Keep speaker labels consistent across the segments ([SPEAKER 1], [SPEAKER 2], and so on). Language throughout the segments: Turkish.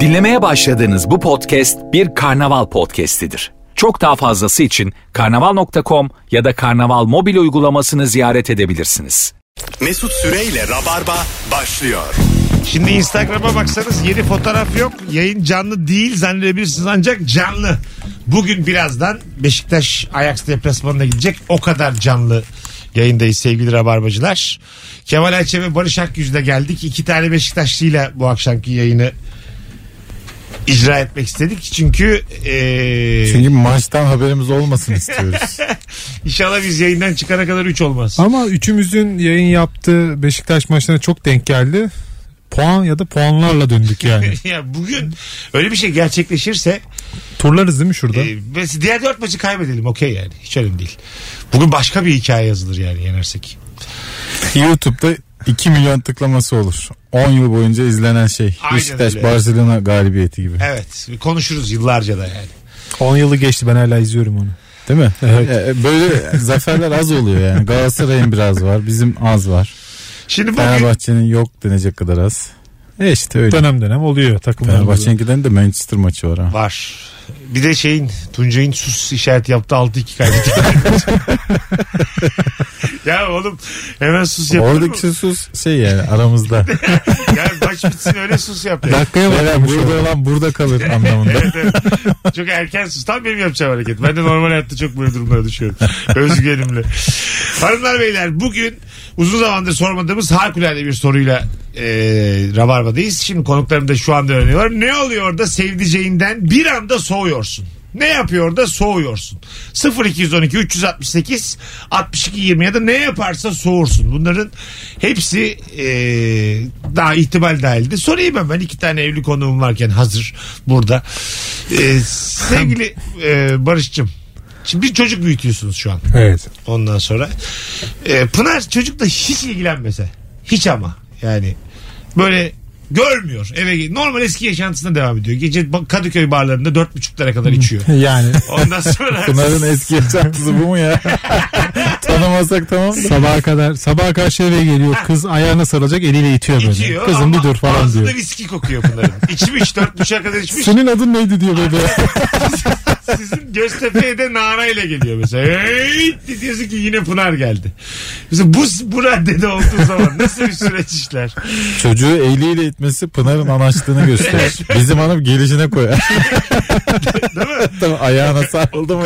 [SPEAKER 1] Dinlemeye başladığınız bu podcast bir karnaval podcastidir. Çok daha fazlası için karnaval.com ya da karnaval mobil uygulamasını ziyaret edebilirsiniz.
[SPEAKER 2] Mesut Süreyle Rabarba başlıyor.
[SPEAKER 3] Şimdi Instagram'a baksanız yeni fotoğraf yok. Yayın canlı değil zannedebilirsiniz ancak canlı. Bugün birazdan Beşiktaş Ajax deplasmanına gidecek. O kadar canlı yayındayız sevgili Rabarbacılar. Kemal Ayçe ve Barış Akyüz'le geldik. İki tane Beşiktaşlı'yla bu akşamki yayını icra etmek istedik. Çünkü eee,
[SPEAKER 4] Çünkü maçtan haberimiz olmasın istiyoruz.
[SPEAKER 3] inşallah biz yayından çıkana kadar 3 olmaz.
[SPEAKER 4] Ama üçümüzün yayın yaptığı Beşiktaş maçlarına çok denk geldi. Puan ya da puanlarla döndük yani.
[SPEAKER 3] ya bugün öyle bir şey gerçekleşirse
[SPEAKER 4] Turlarız değil mi şurada?
[SPEAKER 3] Ee, mesela diğer dört maçı kaybedelim okey yani. Hiç önemli değil. Bugün başka bir hikaye yazılır yani yenersek.
[SPEAKER 4] YouTube'da 2 milyon tıklaması olur. 10 yıl boyunca izlenen şey.
[SPEAKER 3] Aynen
[SPEAKER 4] Beşiktaş
[SPEAKER 3] öyle.
[SPEAKER 4] Barcelona galibiyeti gibi.
[SPEAKER 3] Evet konuşuruz yıllarca da yani.
[SPEAKER 5] 10 yılı geçti ben hala izliyorum onu.
[SPEAKER 4] Değil mi? Ee, Böyle zaferler az oluyor yani. Galatasaray'ın biraz var, bizim az var.
[SPEAKER 3] Şimdi bugün
[SPEAKER 4] Fenerbahçe'nin yok denecek kadar az. E işte öyle.
[SPEAKER 5] Dönem dönem oluyor takımlarımızda.
[SPEAKER 4] Fenerbahçe'ninkinden de Manchester maçı var ha.
[SPEAKER 3] var. Bir de şeyin Tuncay'ın sus işareti yaptı 6-2 kaybetti. ya oğlum hemen sus yapar mı?
[SPEAKER 4] Oradaki sus şey yani aramızda.
[SPEAKER 3] Ya maç bitsin öyle sus yap. ya.
[SPEAKER 4] Dakikaya bakıyorum. Burada olan burada kalır anlamında.
[SPEAKER 3] Evet, evet. çok erken sus. Tam benim yapacağım hareket. Ben de normal hayatta çok böyle durumlara düşüyorum. Özgüvenimle. Hanımlar beyler bugün uzun zamandır sormadığımız harikulade bir soruyla e, Rabarba'dayız. Şimdi konuklarım da şu anda öğreniyorlar. Ne oluyor da sevdiceğinden bir anda soğuyorsun? Ne yapıyor da soğuyorsun? 0212 368 62 20 ya da ne yaparsa soğursun. Bunların hepsi e, daha ihtimal dahildi. Sorayım hemen iki tane evli konuğum varken hazır burada. E, sevgili e, Barış'cığım. Şimdi bir çocuk büyütüyorsunuz şu an.
[SPEAKER 5] Evet.
[SPEAKER 3] Ondan sonra. E, Pınar çocukla hiç ilgilenmese. Hiç ama. Yani böyle görmüyor. Eve gel- normal eski yaşantısına devam ediyor. Gece ba- Kadıköy barlarında dört buçuklara kadar içiyor.
[SPEAKER 5] Yani
[SPEAKER 3] Ondan sonra
[SPEAKER 4] Pınar'ın eski yaşantısı bu mu ya? Tanımasak tamam da.
[SPEAKER 5] sabaha kadar sabaha karşı eve geliyor. Kız ayağına sarılacak eliyle itiyor böyle.
[SPEAKER 3] içiyor.
[SPEAKER 5] Kızım
[SPEAKER 3] ama
[SPEAKER 5] bir dur falan
[SPEAKER 3] ağzında
[SPEAKER 5] diyor.
[SPEAKER 3] viski kokuyor Pınar'ın. İçmiş dört buçuğa kadar içmiş.
[SPEAKER 5] Senin adın neydi diyor böyle.
[SPEAKER 3] Sizin Göztepe'ye de narayla geliyor mesela. Hey! Diyorsun ki yine Pınar geldi. Mesela bu, bu raddede olduğu zaman nasıl bir süreç işler?
[SPEAKER 4] Çocuğu eliyle itmesi Pınar'ın anaçlığını gösterir. Bizim hanım gelişine koyar. Tamam, ayağına sarıldı mı?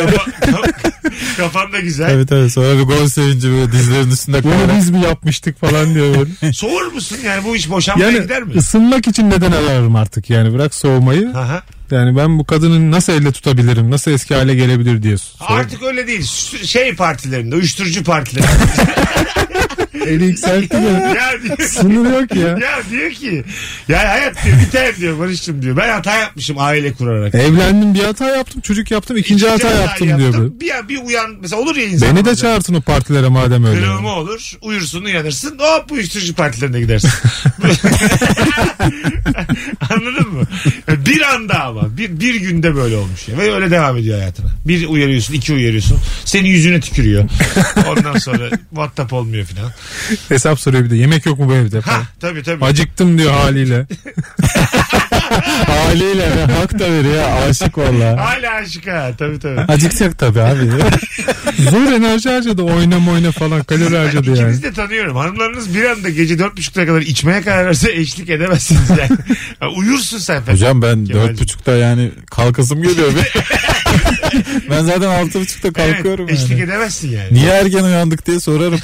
[SPEAKER 3] Kafam da güzel.
[SPEAKER 4] tabii tabii sonra bir gol sevinci böyle dizlerinin üstünde
[SPEAKER 5] Bunu
[SPEAKER 4] koyar.
[SPEAKER 5] biz mi yapmıştık falan diyor böyle.
[SPEAKER 3] Soğur musun yani bu iş boşanmaya
[SPEAKER 5] Yani
[SPEAKER 3] gider mi?
[SPEAKER 5] ısınmak için neden ararım artık yani bırak soğumayı.
[SPEAKER 3] Aha.
[SPEAKER 5] Yani ben bu kadını nasıl elle tutabilirim? Nasıl eski hale gelebilir diye. sor-
[SPEAKER 3] Artık öyle değil. Sü- Şey partilerinde, uyuşturucu partilerinde.
[SPEAKER 5] Eli yükseltti ya.
[SPEAKER 3] ya, diyor,
[SPEAKER 5] Sınır yok ya.
[SPEAKER 3] ya diyor ki ya hayat diyor biter diyor Barış'cığım diyor. Ben hata yapmışım aile kurarak.
[SPEAKER 5] Evlendim bir hata yaptım çocuk yaptım ikinci hata yaptım diyor böyle.
[SPEAKER 3] Bir, an- bir uyan mesela olur ya insan.
[SPEAKER 5] Beni de
[SPEAKER 3] bazen.
[SPEAKER 5] çağırsın o partilere madem öyle.
[SPEAKER 3] Kırılma olur. Uyursun uyanırsın. Hop uyuşturucu partilerine gidersin. Anladın mı? Bir anda ama. Bir, bir günde böyle olmuş. Ya. Ve öyle devam ediyor hayatına. Bir uyarıyorsun, iki uyarıyorsun. Senin yüzüne tükürüyor. Ondan sonra WhatsApp olmuyor filan.
[SPEAKER 5] Hesap soruyor bir de yemek yok mu bu evde
[SPEAKER 3] Ha
[SPEAKER 5] falan.
[SPEAKER 3] tabii tabii.
[SPEAKER 5] Acıktım diyor haliyle.
[SPEAKER 4] Haliyle ve hak da veriyor. Aşık valla.
[SPEAKER 3] Hala aşık ha. Tabii tabii.
[SPEAKER 4] Acıkacak tabii abi.
[SPEAKER 5] Zor enerji harcadı oynama oyna falan kalori harcadı yani.
[SPEAKER 3] İkinizi de tanıyorum. Hanımlarınız bir anda gece dört buçukta kadar içmeye karar verse eşlik edemezsiniz yani. Ha, Uyursun sen. tabii.
[SPEAKER 4] Hocam ben
[SPEAKER 3] Kemal'cim.
[SPEAKER 4] dört buçukta yani kalkasım geliyor. ben zaten altı buçukta
[SPEAKER 3] Evet,
[SPEAKER 4] kalkıyorum yani.
[SPEAKER 3] eşlik edemezsin yani.
[SPEAKER 4] Niye erken uyandık diye sorarım.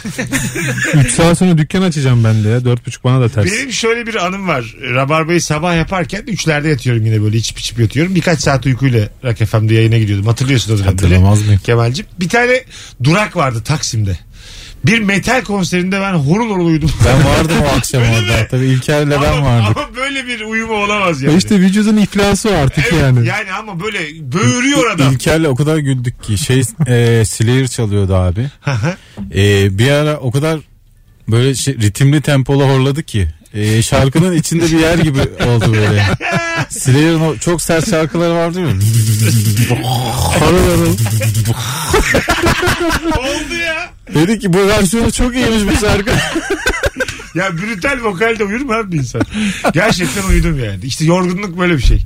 [SPEAKER 5] 3 saat sonra dükkan açacağım ben de ya. 4.30 bana da ters.
[SPEAKER 3] Benim şöyle bir anım var. Rabarbayı sabah yaparken üçlerde yatıyorum yine böyle içip içip yatıyorum. Birkaç saat uykuyla Rock FM'de yayına gidiyordum. Hatırlıyorsun o dönemleri.
[SPEAKER 4] Hatırlamaz mıyım?
[SPEAKER 3] Kemal'cim. Bir tane durak vardı Taksim'de. Bir metal konserinde ben horul horul uyudum.
[SPEAKER 4] Ben vardım o akşam
[SPEAKER 3] Öyle mi?
[SPEAKER 4] orada. Tabii İlker'le ben
[SPEAKER 3] ama,
[SPEAKER 4] vardım.
[SPEAKER 3] ama böyle bir uyumu olamaz
[SPEAKER 5] Ya
[SPEAKER 3] yani.
[SPEAKER 5] İşte vücudun iflası o artık
[SPEAKER 3] Evet,
[SPEAKER 5] yani.
[SPEAKER 3] yani. ama böyle böğürüyor adam.
[SPEAKER 4] İlker'le o kadar güldük ki şey e, Slayer çalıyordu abi. E, bir ara o kadar böyle şey, ritimli tempolu horladı ki e, şarkının içinde bir yer gibi oldu böyle. Slayer'ın o çok sert şarkıları vardı mı?
[SPEAKER 5] Harıl harıl.
[SPEAKER 3] Oldu ya.
[SPEAKER 4] Dedi ki bu versiyonu çok iyiymiş bu şarkı.
[SPEAKER 3] ya brutal vokalde uyur mu abi bir insan? Gerçekten uyudum yani. İşte yorgunluk böyle bir şey.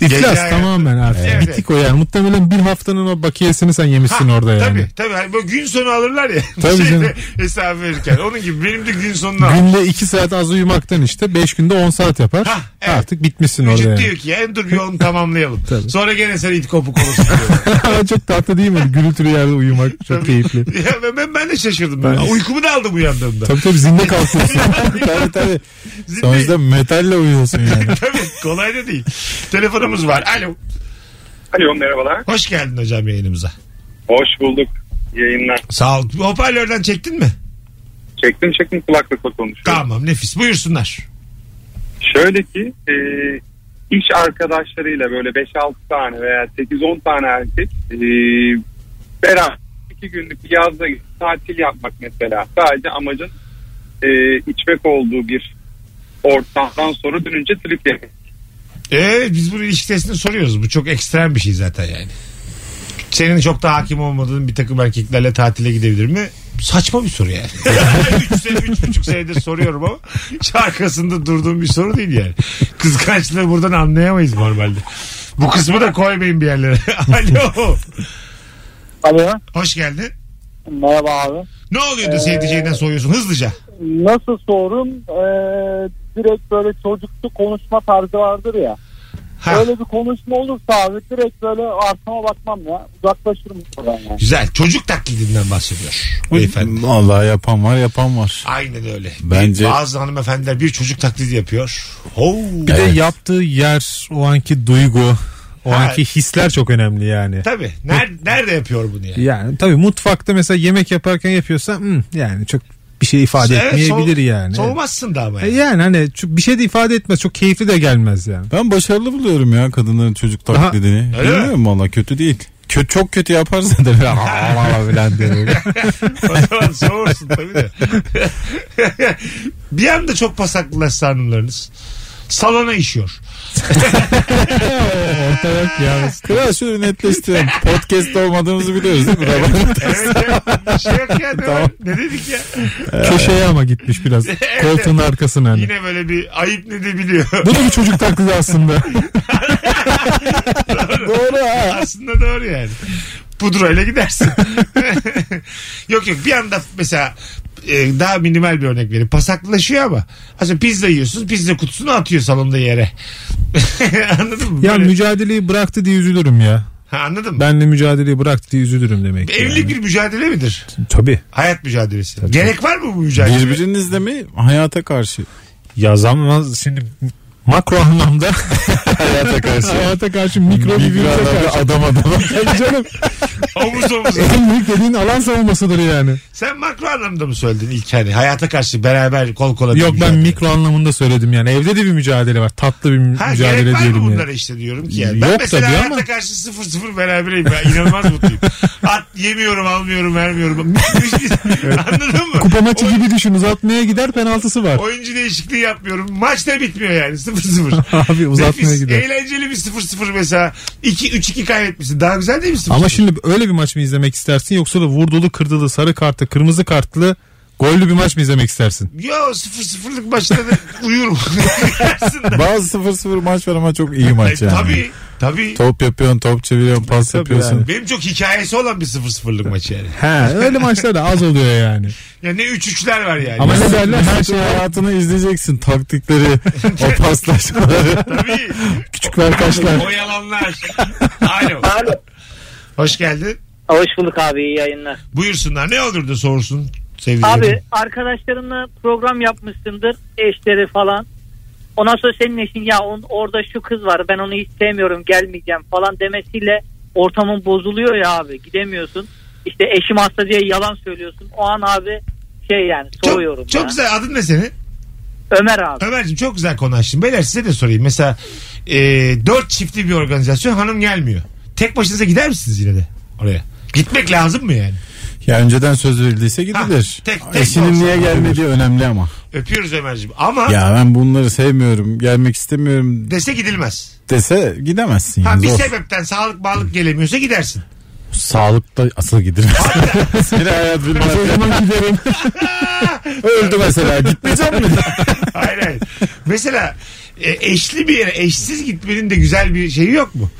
[SPEAKER 3] Gece
[SPEAKER 5] İflas
[SPEAKER 3] hayatı-
[SPEAKER 5] tamamen artık.
[SPEAKER 3] Evet.
[SPEAKER 5] Bitik o yani. Muhtemelen bir haftanın o bakiyesini sen yemişsin orada yani.
[SPEAKER 3] Tabii tabii. Hani böyle gün sonu alırlar ya.
[SPEAKER 5] Tabii
[SPEAKER 3] Şeyde
[SPEAKER 5] canım.
[SPEAKER 3] Hesabı verirken. Onun gibi benim de gün sonunu al.
[SPEAKER 5] Günde 2 saat az uyumaktan işte 5 günde 10 saat yapar.
[SPEAKER 3] Hah, evet.
[SPEAKER 5] Artık bitmişsin
[SPEAKER 3] Vücut
[SPEAKER 5] orada
[SPEAKER 3] diyor
[SPEAKER 5] yani.
[SPEAKER 3] ki en dur bir onu tamamlayalım.
[SPEAKER 5] Tabii.
[SPEAKER 3] Sonra gene sen it kopuk olursun diyor.
[SPEAKER 5] çok tatlı değil mi? Gürültülü yerde uyumak çok keyifli.
[SPEAKER 3] ya ben- ben, ben de şaşırdım. Ben. Uykumu da aldım uyandığımda.
[SPEAKER 5] Tabii tabii zinde kalkıyorsun. tabii tabii.
[SPEAKER 3] Zinde-
[SPEAKER 4] Sonuçta metalle uyuyorsun yani.
[SPEAKER 3] Tabii kolay da değil. Telefonumuz var. Alo.
[SPEAKER 6] Alo merhabalar.
[SPEAKER 3] Hoş geldin hocam yayınımıza.
[SPEAKER 6] Hoş bulduk yayınlar.
[SPEAKER 3] Sağ ol. Hoparlörden çektin mi?
[SPEAKER 6] Çektim çektim kulaklıkla konuşuyorum.
[SPEAKER 3] Tamam nefis. Buyursunlar.
[SPEAKER 6] Şöyle ki e, iş arkadaşlarıyla böyle 5-6 tane veya 8-10 tane erkek e, beraber 2 günlük bir yazda tatil yapmak mesela. Sadece amacın e, içmek olduğu bir ortamdan sonra dönünce trip yemek.
[SPEAKER 3] Ee, biz bunu ilişkisini soruyoruz. Bu çok ekstrem bir şey zaten yani. Senin çok da hakim olmadığın bir takım erkeklerle tatile gidebilir mi? Saçma bir soru yani. 3 sene, üç buçuk senedir soruyorum ama hiç arkasında durduğum bir soru değil yani. Kıskançlığı buradan anlayamayız normalde. Bu kısmı da koymayın bir yerlere. Alo.
[SPEAKER 7] Alo.
[SPEAKER 3] Hoş geldin.
[SPEAKER 7] Merhaba abi.
[SPEAKER 3] Ne oluyordu sevdiceğinden soruyorsun hızlıca.
[SPEAKER 7] Ee, Nasıl sorun? Ee, direkt böyle çocuksu konuşma tarzı vardır ya.
[SPEAKER 3] Ha,
[SPEAKER 7] Öyle bir konuşma olursa abi direkt böyle arkama bakmam ya. Uzaklaşırım buradan ya.
[SPEAKER 3] güzel. Çocuk taklidinden bahsediyor beyefendi.
[SPEAKER 4] Allah yapan var yapan var.
[SPEAKER 3] Aynen öyle.
[SPEAKER 4] Bence-
[SPEAKER 3] Bazı hanımefendiler bir çocuk taklidi yapıyor. Hov.
[SPEAKER 5] Bir de yaptığı yer, o anki duygu, o
[SPEAKER 3] Ha.
[SPEAKER 5] anki hisler çok önemli yani.
[SPEAKER 3] Tabii. Nerede, nerede yapıyor bunu yani?
[SPEAKER 5] Yani tabii mutfakta mesela yemek yaparken yapıyorsa hmm, yani çok bir şey ifade
[SPEAKER 3] Evet,
[SPEAKER 5] etmeyebilir
[SPEAKER 3] soğ-
[SPEAKER 5] yani.
[SPEAKER 3] Soğumazsın da ama
[SPEAKER 5] E,
[SPEAKER 3] yani.
[SPEAKER 5] Yani hani çok- bir şey de ifade etmez. Çok keyifli de gelmez yani.
[SPEAKER 4] Ben başarılı buluyorum ya kadınların çocuk
[SPEAKER 5] Aha.
[SPEAKER 4] taklidini.
[SPEAKER 3] Öyle
[SPEAKER 4] Bilmiyorum valla kötü değil. Kö çok kötü yaparsa da böyle "Aa" falan diye böyle.
[SPEAKER 3] o zaman soğursun tabii de. bir anda çok pasaklılaştı hanımlarınız. Salona işiyor.
[SPEAKER 5] Orta yok ya.
[SPEAKER 4] Kral şunu netleştirelim. Podcast olmadığımızı biliyoruz değil mi? Rabarba-
[SPEAKER 3] Evet
[SPEAKER 4] Ee,
[SPEAKER 3] ya. Bir şey yok ya. Ne, var? ne dedik ya?
[SPEAKER 5] Köşeye ama gitmiş biraz. Koltuğun arkasına. Hani.
[SPEAKER 3] Yine böyle bir ayıp ne de biliyor.
[SPEAKER 5] Bu da bir çocuk taklidi aslında.
[SPEAKER 4] Doğru ha.
[SPEAKER 3] Aslında doğru yani. Pudrayla gidersin. yok yok bir anda mesela e, daha minimal bir örnek vereyim. Pasaklaşıyor ama. Aslında pizza yiyorsun. Pizza kutusunu atıyor salonda yere. anladın mı?
[SPEAKER 5] ya
[SPEAKER 3] Böyle-
[SPEAKER 5] mücadeleyi bıraktı diye üzülürüm ya.
[SPEAKER 3] ha, anladın mı?
[SPEAKER 5] Benle mücadeleyi bıraktı diye üzülürüm demek. ki
[SPEAKER 3] Evlilik bir mücadele midir?
[SPEAKER 5] yani. Tabii.
[SPEAKER 3] Hayat mücadelesi. Gerek var mı bu mücadele?
[SPEAKER 4] Birbirinizle mi hayata karşı?
[SPEAKER 5] Yazamaz şimdi makro anlamda
[SPEAKER 4] Hayata
[SPEAKER 5] hayata karşı mikro bir virüse karşı.
[SPEAKER 4] adam adam.
[SPEAKER 5] Tabii canım
[SPEAKER 3] Omuz omuza.
[SPEAKER 5] en büyük dediğin alan savunmasıdır yani.
[SPEAKER 3] Sen makro anlamda mı söyledin ilk hani? Hayata karşı beraber kol kola bir
[SPEAKER 5] Yok ben
[SPEAKER 3] mücadele.
[SPEAKER 5] mikro anlamında söyledim yani. Evde de bir mücadele var. Tatlı bir
[SPEAKER 3] Ha, gerek
[SPEAKER 5] mücadele
[SPEAKER 3] var mı
[SPEAKER 5] diyelim
[SPEAKER 3] bunlara
[SPEAKER 5] yani.
[SPEAKER 3] işte diyorum ki yani. Ben
[SPEAKER 5] Yok
[SPEAKER 3] mesela
[SPEAKER 5] tabii
[SPEAKER 3] hayata
[SPEAKER 5] ama-
[SPEAKER 3] karşı sıfır sıfır berabereyim. Ben inanılmaz mutluyum. At yemiyorum, almıyorum, vermiyorum. Anladın mı?
[SPEAKER 5] Kupa maçı gibi düşün. Uzatmaya gider penaltısı var.
[SPEAKER 3] Oyuncu değişikliği yapmıyorum. Maç da bitmiyor yani. Sıfır sıfır.
[SPEAKER 5] Abi uzatmaya
[SPEAKER 3] Nefis.
[SPEAKER 5] gider.
[SPEAKER 3] Eğlenceli bir sıfır sıfır mesela. 2-3-2 kaybetmişsin. Daha güzel değil mi sıfır
[SPEAKER 5] Ama
[SPEAKER 3] sıfır?
[SPEAKER 5] şimdi öyle bir maç mı izlemek istersin yoksa da vurdulu kırdılı sarı kartlı kırmızı kartlı gollü bir maç mı izlemek istersin?
[SPEAKER 3] Yo sıfır sıfırlık maçta da uyurum. Aslında.
[SPEAKER 4] Bazı 0-0 maç var ama çok iyi maç yani.
[SPEAKER 3] E, Tabii. Tabii.
[SPEAKER 4] Top yapıyorsun, top çeviriyorsun, pas
[SPEAKER 5] Tabii
[SPEAKER 4] yapıyorsun.
[SPEAKER 5] yani.
[SPEAKER 3] Benim çok hikayesi olan bir sıfır sıfırlık maç yani.
[SPEAKER 5] He öyle maçlar da az oluyor yani.
[SPEAKER 3] Ya ne üç üçler var yani.
[SPEAKER 5] Ama ne derler her
[SPEAKER 4] Her
[SPEAKER 5] şey
[SPEAKER 4] şey hayatını izleyeceksin. Taktikleri, o paslaşmaları,
[SPEAKER 3] Tabii.
[SPEAKER 5] küçük verkaçlar.
[SPEAKER 3] O yalanlar. Alo. Hoş geldin.
[SPEAKER 8] Hoş bulduk abi iyi yayınlar.
[SPEAKER 3] Buyursunlar. Ne olurdu sorsun sevgilerim.
[SPEAKER 8] Abi arkadaşlarınla program yapmışsındır eşleri falan. Ondan sonra senin eşin ya on, orada şu kız var ben onu hiç sevmiyorum gelmeyeceğim falan demesiyle ortamın bozuluyor ya abi gidemiyorsun. İşte eşim hasta diye yalan söylüyorsun. O an abi şey yani soğuyorum
[SPEAKER 3] Çok, çok
[SPEAKER 8] ya.
[SPEAKER 3] güzel. Adın ne senin?
[SPEAKER 8] Ömer abi.
[SPEAKER 3] Ömer'cim çok güzel konu açtın. Beyler size de sorayım. Mesela e, dört çiftli bir organizasyon hanım gelmiyor. Tek başınıza gider misiniz yine de oraya? Gitmek lazım mı yani?
[SPEAKER 4] Ya önceden söz verildiyse gidilir.
[SPEAKER 3] Ha, tek- tek
[SPEAKER 4] Eşinin
[SPEAKER 3] olsa
[SPEAKER 4] niye gelmediği önemli ama.
[SPEAKER 3] Öpüyoruz Ömer'cim. Ama
[SPEAKER 4] Ya ben bunları sevmiyorum, gelmek istemiyorum
[SPEAKER 3] dese gidilmez.
[SPEAKER 4] dese gidemezsin.
[SPEAKER 3] Ha,
[SPEAKER 4] yani,
[SPEAKER 3] bir şey-
[SPEAKER 4] zor.
[SPEAKER 3] sebepten sağlık bağlık gelemiyorsa gidersin.
[SPEAKER 4] Sağlıkta asıl gidilmez. Yine hayat bilmez.
[SPEAKER 5] O zaman giderim.
[SPEAKER 4] Öldü mesela gitmeyeceğim mi?
[SPEAKER 3] Hayır hayır. Mesela e, eşli bir yere eşsiz gitmenin de güzel bir şeyi yok mu?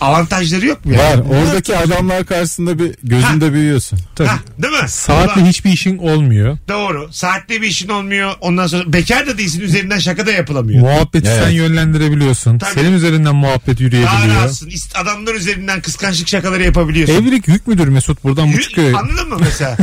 [SPEAKER 3] Avantajları yok mu?
[SPEAKER 4] Var
[SPEAKER 3] Yani?
[SPEAKER 4] oradaki adamlar karşısında bir gözünde büyüyorsun.
[SPEAKER 3] Ha, değil mi?
[SPEAKER 5] Saatle
[SPEAKER 3] Ulan,
[SPEAKER 5] hiçbir işin olmuyor.
[SPEAKER 3] Doğru. Saatte bir işin olmuyor. Ondan sonra bekar da değilsin üzerinden şaka da yapılamıyor.
[SPEAKER 5] Muhabbeti
[SPEAKER 4] Evet.
[SPEAKER 5] sen yönlendirebiliyorsun.
[SPEAKER 3] Tabii.
[SPEAKER 5] Senin üzerinden muhabbet
[SPEAKER 3] Daha
[SPEAKER 5] yürüyebiliyor.
[SPEAKER 3] rahatsın. İst- Adamlar üzerinden kıskançlık şakaları yapabiliyorsun.
[SPEAKER 5] Evlilik yük müdür Mesut buradan bu
[SPEAKER 3] Yürü-
[SPEAKER 5] çıkıyor.
[SPEAKER 3] Anladın mı mesela?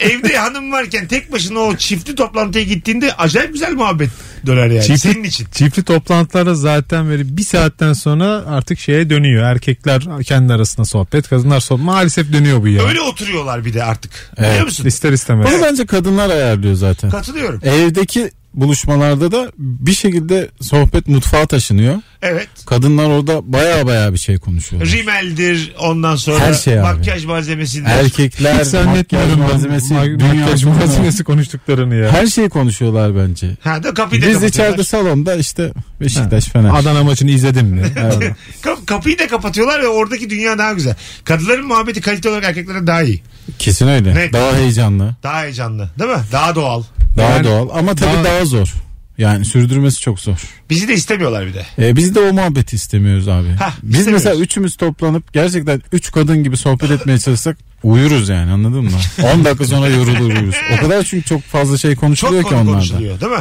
[SPEAKER 3] Evde hanım varken tek başına o çiftli toplantıya gittiğinde acayip güzel muhabbet döner yani.
[SPEAKER 5] Çiftli-
[SPEAKER 3] Senin için.
[SPEAKER 5] Çiftli toplantılara zaten böyle bir saatten sonra artık şeye dönüyor. Erkekler kendi arasında sohbet, kadınlar sohbet. Maalesef dönüyor bu ya.
[SPEAKER 3] Öyle oturuyorlar bir de artık.
[SPEAKER 4] Evet.
[SPEAKER 3] Biliyor musun?
[SPEAKER 5] İster istemez.
[SPEAKER 4] Bunu bence kadınlar ayarlıyor zaten.
[SPEAKER 3] Katılıyorum.
[SPEAKER 4] Evdeki buluşmalarda da bir şekilde sohbet mutfağa taşınıyor.
[SPEAKER 3] Evet.
[SPEAKER 4] Kadınlar orada baya baya bir şey konuşuyor.
[SPEAKER 3] Rimeldir ondan sonra
[SPEAKER 4] Her şey abi.
[SPEAKER 3] makyaj malzemesidir.
[SPEAKER 4] Erkekler
[SPEAKER 5] Hiç zannetmiyorum
[SPEAKER 4] makyaj
[SPEAKER 5] ben
[SPEAKER 4] malzemesi,
[SPEAKER 5] ma-
[SPEAKER 4] dünya
[SPEAKER 5] makyaj
[SPEAKER 4] sonu.
[SPEAKER 5] malzemesi konuştuklarını ya.
[SPEAKER 4] Her şeyi konuşuyorlar bence.
[SPEAKER 3] Ha da kapıyı da
[SPEAKER 4] Biz
[SPEAKER 3] kapatıyorlar.
[SPEAKER 4] içeride salonda işte Beşiktaş Fener.
[SPEAKER 5] Adana maçını izledin mi?
[SPEAKER 4] Evet.
[SPEAKER 3] Kap- kapıyı da kapatıyorlar ve oradaki dünya daha güzel. Kadınların muhabbeti kalite olarak erkeklere daha iyi.
[SPEAKER 4] Kesin öyle.
[SPEAKER 3] Net.
[SPEAKER 4] Daha heyecanlı,
[SPEAKER 3] Daha heyecanlı. Değil mi? Daha doğal.
[SPEAKER 4] daha
[SPEAKER 5] Yani-
[SPEAKER 4] doğal ama tabii
[SPEAKER 5] Daha-
[SPEAKER 4] daha... zor. Yani sürdürmesi çok zor.
[SPEAKER 3] Bizi de istemiyorlar bir de.
[SPEAKER 4] Ee, biz de o muhabbeti istemiyoruz abi.
[SPEAKER 3] Hah,
[SPEAKER 4] biz
[SPEAKER 3] istemiyoruz.
[SPEAKER 4] mesela üçümüz toplanıp gerçekten üç kadın gibi sohbet etmeye çalışsak uyuruz yani anladın mı? 10 dakika sonra yorulur uyuruz. O kadar çünkü çok fazla şey
[SPEAKER 3] Çok
[SPEAKER 4] konuşuluyor ki
[SPEAKER 3] konu
[SPEAKER 4] onlarda.
[SPEAKER 3] konuşuluyor değil mi?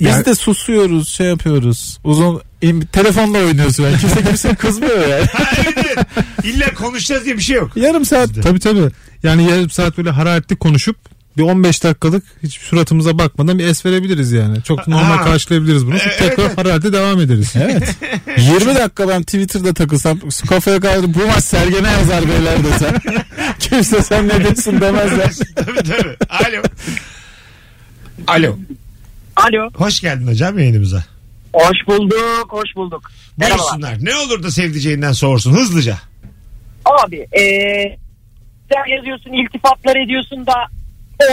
[SPEAKER 4] Biz de susuyoruz, şey yapıyoruz. Uzun im- telefonla oynuyorsun. Yani. Kimse kimse kızmıyor yani.
[SPEAKER 3] Ha, evet, evet. İlla konuşacağız diye bir şey yok.
[SPEAKER 4] Yarım saat
[SPEAKER 5] Tabii tabii. Yani yarım saat böyle hararetli konuşup bir 15 dakikalık hiç suratımıza bakmadan bir es verebiliriz yani. Çok normal
[SPEAKER 3] Ha. E,
[SPEAKER 5] karşılayabiliriz bunu.
[SPEAKER 3] Evet,
[SPEAKER 5] Tekrar
[SPEAKER 3] evet.
[SPEAKER 5] hararetli devam ederiz.
[SPEAKER 4] Evet. 20 dakika ben Twitter'da takılsam kafaya kaldırıp bu maç Sergen'e yazar beyler desem. Kimse sen ne diyorsun demezler.
[SPEAKER 3] tabii tabii. Alo. Alo.
[SPEAKER 9] Alo.
[SPEAKER 3] Hoş geldin hocam yayınımıza.
[SPEAKER 9] Hoş bulduk, hoş bulduk. Merhabalar.
[SPEAKER 3] Buyursunlar. Ne olur da sevdiceğinden sorsun hızlıca.
[SPEAKER 9] Abi, e, eee Ee, sen yazıyorsun, iltifatlar ediyorsun da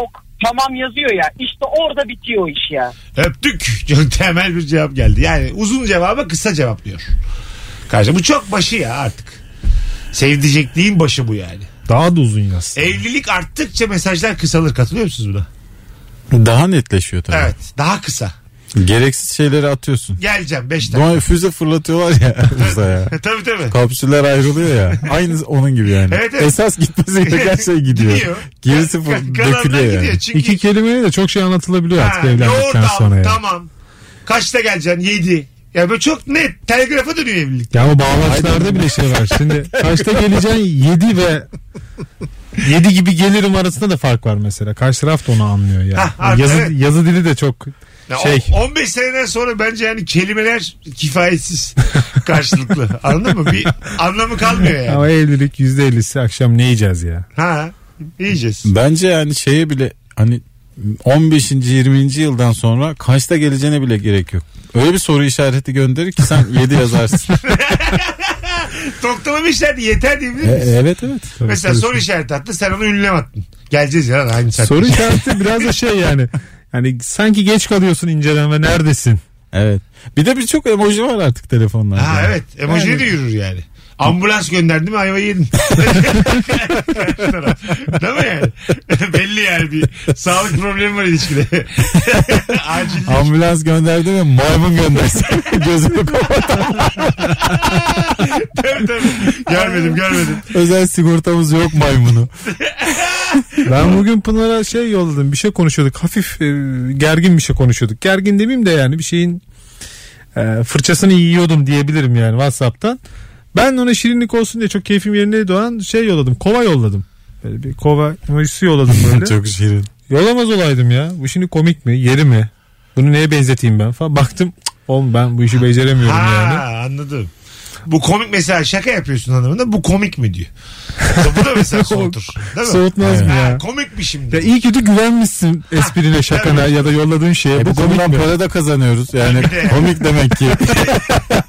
[SPEAKER 9] ok, tamam yazıyor ya. İşte orada bitiyor o iş ya.
[SPEAKER 3] Öptük. Çok temel bir cevap geldi. Yani uzun cevaba kısa cevap diyor. Karşı. Bu çok başı ya artık. Sevdicekliğin başı bu yani.
[SPEAKER 5] Daha da uzun yaz.
[SPEAKER 3] Evlilik arttıkça mesajlar kısalır. Katılıyor musunuz buna?
[SPEAKER 4] Daha netleşiyor tabii.
[SPEAKER 3] Evet. Daha kısa.
[SPEAKER 4] Gereksiz şeyleri atıyorsun.
[SPEAKER 3] Geleceğim 5 dakika.
[SPEAKER 4] Doğru füze fırlatıyorlar ya uzaya.
[SPEAKER 3] tabii tabii.
[SPEAKER 4] Kapsüller ayrılıyor ya. Aynı onun gibi yani.
[SPEAKER 3] Evet, evet.
[SPEAKER 4] Esas gitmesi gereken şey gidiyor.
[SPEAKER 3] Gidiyor.
[SPEAKER 4] Gerisi fır-
[SPEAKER 3] Ka- kalanlar
[SPEAKER 4] dökülüyor yani.
[SPEAKER 3] gidiyor. Çünkü
[SPEAKER 5] İki kelimeyle de çok şey anlatılabiliyor artık
[SPEAKER 3] Ha,
[SPEAKER 5] evlendikten
[SPEAKER 3] yoğurt al,
[SPEAKER 5] sonra ya.
[SPEAKER 3] Tamam. Kaçta geleceksin? 7. Ya böyle çok net. Telgrafa dönüyor evlilik.
[SPEAKER 5] Ya bu bağlaçlarda bile şey var. Şimdi kaçta geleceksin 7 ve 7 gibi gelirim arasında da fark var mesela. Karşı taraf da onu anlıyor ya.
[SPEAKER 3] Hah, artık
[SPEAKER 5] yazı,
[SPEAKER 3] evet.
[SPEAKER 5] yazı dili de çok
[SPEAKER 3] Ya
[SPEAKER 5] şey.
[SPEAKER 3] o- 15 seneden sonra bence yani kelimeler kifayetsiz karşılıklı. Anladın mı? Bir anlamı kalmıyor yani.
[SPEAKER 5] Ama evlilik %50'si akşam ne yiyeceğiz ya?
[SPEAKER 3] Ha. Yiyeceğiz.
[SPEAKER 4] Bence yani şeye bile hani 15. 20. yıldan sonra kaçta geleceğine bile gerek yok. Öyle bir soru işareti gönderir ki sen 7 yazarsın.
[SPEAKER 3] Toktalamışlar diye yeter diyebilir
[SPEAKER 4] E,
[SPEAKER 3] miyiz?
[SPEAKER 4] evet evet.
[SPEAKER 3] Mesela soru işareti attı sen onu ünlem attın. Geleceğiz ya lan aynı saatte.
[SPEAKER 5] Soru işareti biraz da şey yani. Yani sanki geç kalıyorsun incelen ve neredesin?
[SPEAKER 4] Evet. Bir de birçok emoji var artık telefonlarda.
[SPEAKER 3] Ha evet emoji de yürür yani. Ambulans gönderdi mi ayva yedin. Değil mi yani? Belli yani bir sağlık problemi var ilişkide. Acil.
[SPEAKER 4] Ambulans gönderdi mi maymun göndersin. Gözünü kapat.
[SPEAKER 3] Tabii, tabii. Görmedim görmedim.
[SPEAKER 4] Özel sigortamız yok maymunu.
[SPEAKER 5] Ben bugün Pınar'a şey yolladım. Bir şey konuşuyorduk. Hafif e, gergin bir şey konuşuyorduk. Gergin demeyeyim de yani bir şeyin e, fırçasını yiyordum diyebilirim yani WhatsApp'tan. Ben ona şirinlik olsun diye çok keyfim yerindeydi o an şey yolladım. Kova yolladım. Böyle bir kova emojisi yolladım böyle.
[SPEAKER 4] Çok şirin.
[SPEAKER 5] Yollamaz olaydım ya. Bu şimdi komik mi? Yeri mi? Bunu neye benzeteyim ben falan. Baktım cık, oğlum ben bu işi beceremiyorum yani.
[SPEAKER 3] Ha anladım. Bu komik mesela şaka yapıyorsun hanımına bu komik mi diyor. Mesela bu da mesela soğutur. Değil mi?
[SPEAKER 5] Soğutmaz mı
[SPEAKER 3] Ha,
[SPEAKER 5] ya?
[SPEAKER 3] komik mi şimdi?
[SPEAKER 5] Ya iyi kötü güvenmişsin esprine şakana ya da yolladığın şeye.
[SPEAKER 4] E,
[SPEAKER 5] bu
[SPEAKER 4] bu
[SPEAKER 5] komik
[SPEAKER 4] konudan
[SPEAKER 5] mi?
[SPEAKER 4] para da kazanıyoruz. Yani komik demek ki.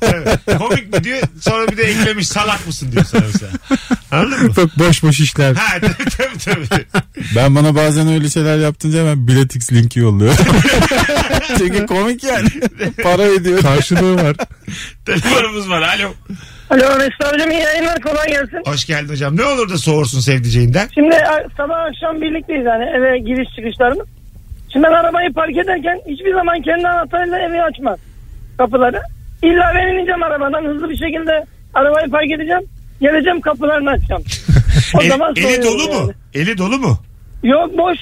[SPEAKER 3] Evet. komik mi diyor sonra bir de eklemiş salak mısın diyor sana mesela. Anladın mı?
[SPEAKER 5] Çok boş boş işler.
[SPEAKER 3] Ha tabii tabii. tabii.
[SPEAKER 4] Ben bana bazen öyle şeyler yaptınca hemen biletix linki yolluyorum. Çünkü komik yani. Para ediyor.
[SPEAKER 5] Karşılığı var.
[SPEAKER 3] Telefonumuz var alo.
[SPEAKER 9] Alo Mesut abicim iyi yayınlar kolay gelsin.
[SPEAKER 3] Hoş geldin hocam. Ne olur da soğursun sevdiceğinden.
[SPEAKER 9] Şimdi a- sabah akşam birlikteyiz hani eve giriş çıkışlarımız. Şimdi ben arabayı park ederken hiçbir zaman kendi anahtarıyla evi açmaz kapıları. İlla ben ineceğim arabadan hızlı bir şekilde arabayı park edeceğim. Geleceğim kapılarını açacağım. O
[SPEAKER 3] El-
[SPEAKER 9] zaman
[SPEAKER 3] eli
[SPEAKER 9] soğuyorum
[SPEAKER 3] dolu
[SPEAKER 9] yani.
[SPEAKER 3] mu? Eli dolu mu?
[SPEAKER 9] Yok boş.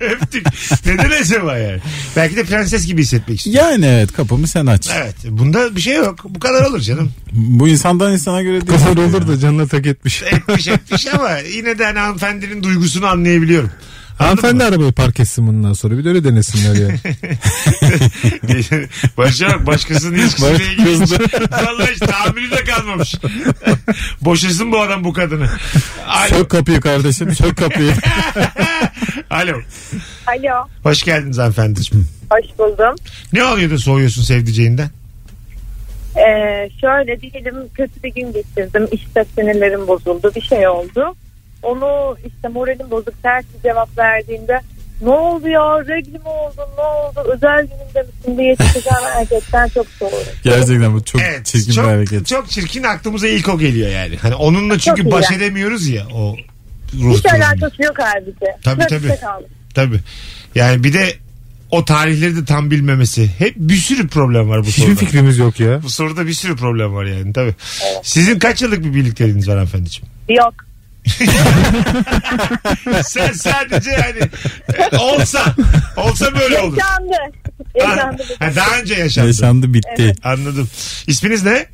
[SPEAKER 3] Öptük. Neden acaba yani? Belki de prenses gibi hissetmek istiyor.
[SPEAKER 4] Yani evet kapımı sen aç.
[SPEAKER 3] Evet. Bunda bir şey yok. Bu kadar olur canım.
[SPEAKER 4] Bu insandan insana göre değil.
[SPEAKER 5] Kadar olur da canına tak etmiş.
[SPEAKER 3] Etmiş etmiş ama yine de hani hanımefendinin duygusunu anlayabiliyorum.
[SPEAKER 5] Hanımefendi arabayı park etsin bundan sonra. Bir de öyle denesinler ya.
[SPEAKER 3] Başa bak başkasının ilişkisiyle ilgili. Vallahi hiç tahammülü de kalmamış. Boşasın bu adam bu kadını. Alo.
[SPEAKER 4] Sök kapıyı kardeşim sök kapıyı.
[SPEAKER 3] Alo.
[SPEAKER 10] Alo,
[SPEAKER 3] Hoş geldiniz hanımefendiciğim.
[SPEAKER 10] hoş buldum.
[SPEAKER 3] Ne oluyor da soğuyorsun sevdiceğinden?
[SPEAKER 10] Ee, şöyle diyelim kötü bir gün geçirdim. İşte sinirlerim bozuldu. Bir şey oldu. Onu işte moralim bozuk ters bir cevap verdiğinde ne oldu ya regli mi oldun ne oldu özel günümde misin diye çıkacağım erkekten çok soğurum.
[SPEAKER 4] Gerçekten bu çok çirkin
[SPEAKER 3] çok,
[SPEAKER 4] bir hareket.
[SPEAKER 3] Çok çirkin aklımıza ilk o geliyor yani. Hani onunla çünkü
[SPEAKER 10] Çok iyi
[SPEAKER 3] baş
[SPEAKER 10] yani.
[SPEAKER 3] edemiyoruz ya o ruh
[SPEAKER 10] Hiç
[SPEAKER 3] durumunu.
[SPEAKER 10] alakası yok halbuki. şey
[SPEAKER 3] Tabii,
[SPEAKER 10] Trafikte
[SPEAKER 3] tabii.
[SPEAKER 10] kaldım.
[SPEAKER 3] Tabii. Yani bir de o tarihleri de tam bilmemesi. Hep bir sürü problem var bu
[SPEAKER 5] Hiçbir
[SPEAKER 3] soruda.
[SPEAKER 5] fikrimiz yok ya.
[SPEAKER 3] Bu soruda bir sürü problem var yani tabii. Sizin kaç yıllık bir birlikteliğiniz var hanımefendiciğim?
[SPEAKER 10] Yok.
[SPEAKER 3] Sen sadece yani e, olsa olsa böyle olur.
[SPEAKER 10] Yaşandı.
[SPEAKER 3] Ha,
[SPEAKER 10] Yaşandı. bir-
[SPEAKER 3] ha, daha önce yaşandı.
[SPEAKER 4] Yaşandı bitti.
[SPEAKER 3] Anladım. İsminiz ne?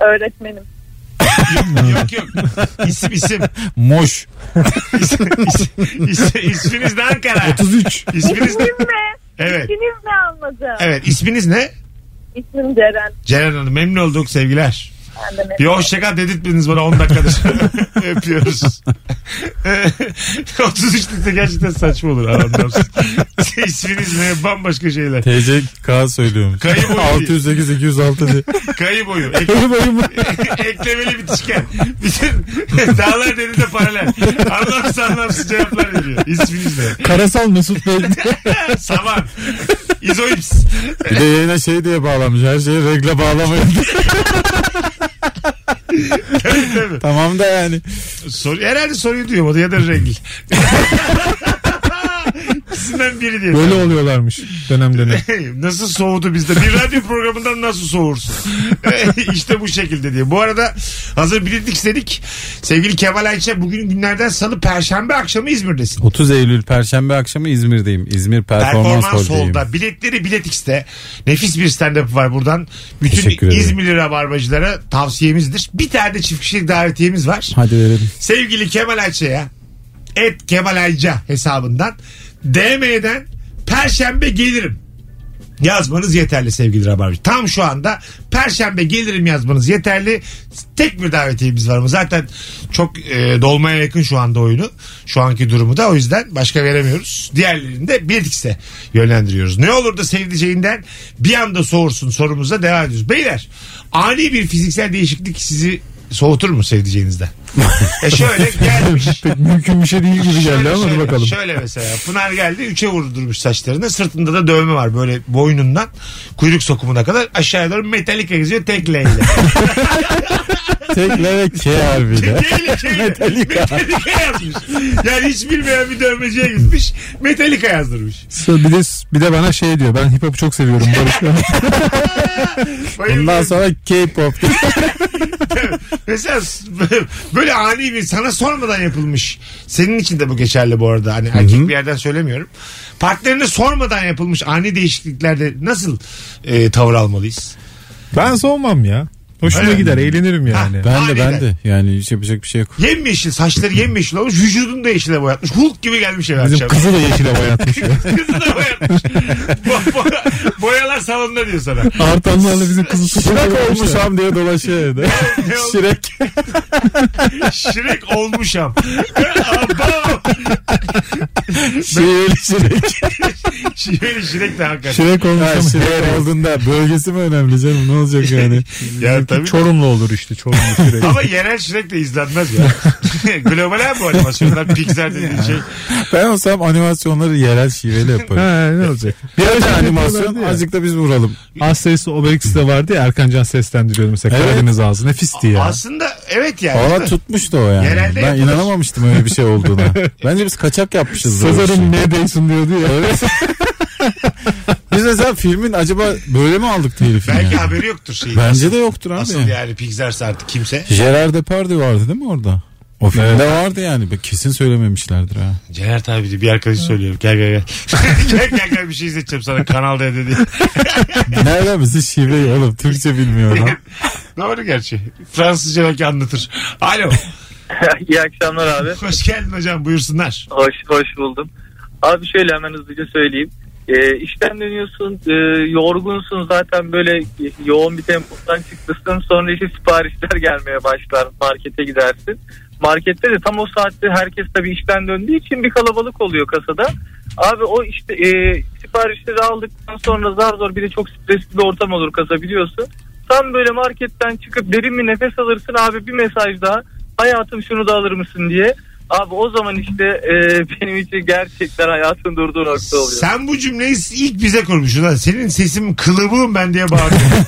[SPEAKER 10] Öğretmenim.
[SPEAKER 3] yok yok. İsim isim.
[SPEAKER 4] Moş.
[SPEAKER 3] İsim, isim, isim- isminiz ne Ankara?
[SPEAKER 4] 33.
[SPEAKER 3] İsminiz ne?
[SPEAKER 10] İsminiz ne?
[SPEAKER 3] Evet.
[SPEAKER 10] İsminiz ne anladım?
[SPEAKER 3] Evet isminiz ne?
[SPEAKER 10] İsmim Ceren.
[SPEAKER 3] Ceren Hanım memnun olduk sevgiler.
[SPEAKER 10] Ben de
[SPEAKER 3] Bir hoşçakal dedirtmediniz bana 10 dakikadır. Öpüyoruz. 33'lükte gerçekten saçma olur. Anlamsız. İsminiz ne? Bambaşka şeyler.
[SPEAKER 4] TCK söylüyorum.
[SPEAKER 3] Kayı boyu
[SPEAKER 4] 608 206 diye.
[SPEAKER 3] Kayı boyu. Ek- eklemeli bitişken. Bütün dağlar denize paralel. Anlamsız anlamsız cevaplar veriyor. İsminiz ne?
[SPEAKER 5] Karasal Mesut Bey.
[SPEAKER 3] Saman. İzoips.
[SPEAKER 4] Bir de yayına şey diye bağlamış. Her şeyi regle bağlamayın.
[SPEAKER 3] Tabii, tabii.
[SPEAKER 4] tamam da yani.
[SPEAKER 3] Soru, herhalde soruyu duyamadı ya da rengi. İkisinden biri diye.
[SPEAKER 5] Böyle oluyorlarmış dönem dönem.
[SPEAKER 3] nasıl soğudu bizde? Bir radyo programından nasıl soğursun? işte bu şekilde diye. Bu arada hazır bilindik istedik. Sevgili Kemal Ayça bugün günlerden salı perşembe akşamı İzmir'desin.
[SPEAKER 4] 30 Eylül Perşembe akşamı İzmir'deyim. İzmir Performans,
[SPEAKER 3] Performans
[SPEAKER 4] Hall'deyim.
[SPEAKER 3] Hall'da. Biletleri Bilet X'te. Nefis bir stand-up var buradan. Bütün
[SPEAKER 4] Teşekkür ederim.
[SPEAKER 3] İzmirli rabarbacılara tavsiyemizdir. Bir tane de çift kişilik davetiyemiz var.
[SPEAKER 4] Hadi verelim.
[SPEAKER 3] sevgili Kemal Ayça'ya et Kemal Ayça hesabından DM'den Perşembe gelirim yazmanız yeterli sevgili Rabarbacı. Tam şu anda Perşembe gelirim yazmanız yeterli. Tek bir davetiyemiz var ama zaten çok e, dolmaya yakın şu anda oyunu. Şu anki durumu da o yüzden başka veremiyoruz. Diğerlerini de Biletix'e yönlendiriyoruz. Ne olur da sevdiceğinden bir anda soğursun sorumuza devam ediyoruz. Beyler ani bir fiziksel değişiklik sizi soğutur mu sevdiceğinizden? e şöyle gelmiş.
[SPEAKER 5] Pek mümkün bir şey değil gibi geldi
[SPEAKER 3] Şöyle,
[SPEAKER 5] ama dur
[SPEAKER 3] şöyle,
[SPEAKER 5] bakalım.
[SPEAKER 3] Şöyle mesela Ee, Pınar geldi 3'e vurdurmuş saçlarını. Sırtında da dövme var böyle boynundan kuyruk sokumuna kadar aşağıya doğru metalik geziyor tekleyle.
[SPEAKER 4] Tekle ve K harfiyle.
[SPEAKER 3] tekleyle şeyle. Metallica yazmış. Yani hiç bilmeyen bir dövmeciye gitmiş. Metallica yazdırmış.
[SPEAKER 5] Bir de, bir de bana şey diyor ben hip hop'u çok seviyorum Barış.
[SPEAKER 4] Bundan
[SPEAKER 3] Bayılıyorum.
[SPEAKER 4] sonra K-pop.
[SPEAKER 3] Mesela böyle ani bir sana sormadan yapılmış. Senin için de bu geçerli bu arada. Hani erkek bir yerden söylemiyorum. Partnerine sormadan yapılmış ani değişikliklerde nasıl e, tavır almalıyız?
[SPEAKER 5] Ben soğumam ya. Hoşuma
[SPEAKER 3] Öyle mi?
[SPEAKER 5] gider eğlenirim yani.
[SPEAKER 3] Ha,
[SPEAKER 4] Ben de
[SPEAKER 3] Aniden.
[SPEAKER 4] ben de. Yani hiç yapacak bir şey yok.
[SPEAKER 3] Yemyeşil saçları yemyeşil olmuş vücudunu da yeşile boyatmış. Hulk gibi gelmiş eve
[SPEAKER 5] Bizim
[SPEAKER 3] akşam.
[SPEAKER 5] kızı da yeşile boyatmış.
[SPEAKER 3] Kızı da boyatmış. Bo- bo- boyalar salonda diyor sana.
[SPEAKER 5] Artanlarla bizim kızı
[SPEAKER 4] Şirek olmuşam diye dolaşıyor evde.
[SPEAKER 3] Ne oldu?
[SPEAKER 4] Şirek.
[SPEAKER 3] Şirek olmuşam. Abo!
[SPEAKER 4] Şey, Şirek. Şirek.
[SPEAKER 3] Şirek, şirek de hakikaten.
[SPEAKER 5] Şirek
[SPEAKER 4] Ha,
[SPEAKER 5] olmuş ama.
[SPEAKER 4] Şirek olduğunda bölgesi mi önemli canım? Ne olacak yani?
[SPEAKER 3] Ya tabii.
[SPEAKER 5] Çorumlu olur işte Çorumlu şirek.
[SPEAKER 3] Ama yerel şirek de izlenmez ya. Global abi bu animasyonlar Pixar dediğin şey.
[SPEAKER 4] Ben olsam animasyonları yerel şiveyle yaparım.
[SPEAKER 5] ha ne olacak?
[SPEAKER 4] Bir ara animasyon
[SPEAKER 5] şey yapıyorlardı ya.
[SPEAKER 4] azıcık da biz biz vuralım.
[SPEAKER 5] Asterix Obelix de vardı ya Erkan Can seslendiriyordu mesela.
[SPEAKER 4] Evet.
[SPEAKER 5] Karadeniz ağzı nefisti ya.
[SPEAKER 3] Aslında evet yani.
[SPEAKER 4] Valla tutmuştu o yani.
[SPEAKER 3] Genelde
[SPEAKER 4] ben
[SPEAKER 3] yapılır.
[SPEAKER 4] inanamamıştım öyle bir şey olduğuna. Bence biz kaçak yapmışız. böyle bir şey.
[SPEAKER 5] Sezar'ın ne değsin diyordu ya.
[SPEAKER 4] Biz mesela filmin acaba böyle mi aldık telifini?
[SPEAKER 3] Belki
[SPEAKER 4] yani?
[SPEAKER 3] haberi yoktur şeyin.
[SPEAKER 4] Bence de yoktur abi.
[SPEAKER 3] Asıl yani Pixar'sa artık kimse.
[SPEAKER 4] Gerard Depardieu vardı değil mi orada? O filmde vardı yani. Be- Kesin söylememişlerdir ha.
[SPEAKER 3] Cenert abi diye bir arkadaşı söylüyor. Gel gel gel. gel gel gel bir şey izleteceğim sana Kanal D'de diye.
[SPEAKER 4] Nereden bizi şiveyi oğlum Türkçe bilmiyor lan.
[SPEAKER 3] Doğru gerçi. Fransızca belki anlatır. Alo.
[SPEAKER 11] İyi akşamlar abi.
[SPEAKER 3] Hoş geldin hocam buyursunlar.
[SPEAKER 11] Hoş hoş buldum. Abi şöyle hemen hızlıca söyleyeyim. Ee, işten dönüyorsun, e, yorgunsun zaten böyle yoğun bir tempodan çıkmışsın. Sonra işte siparişler gelmeye başlar, markete gidersin. Markette de tam o saatte herkes tabii işten döndüğü için bir kalabalık oluyor kasada. Abi o işte e, siparişleri aldıktan sonra zar zor bir de çok stresli bir ortam olur kasa biliyorsun. Tam böyle marketten çıkıp derin bir nefes alırsın abi bir mesaj daha. Hayatım şunu da alır mısın diye. Abi o zaman işte e, benim için gerçekten hayatın durduğu nokta oluyor.
[SPEAKER 3] Sen bu cümleyi ilk bize kurmuşsun. Lan. Senin sesim kılıbığım ben diye bağırıyorum.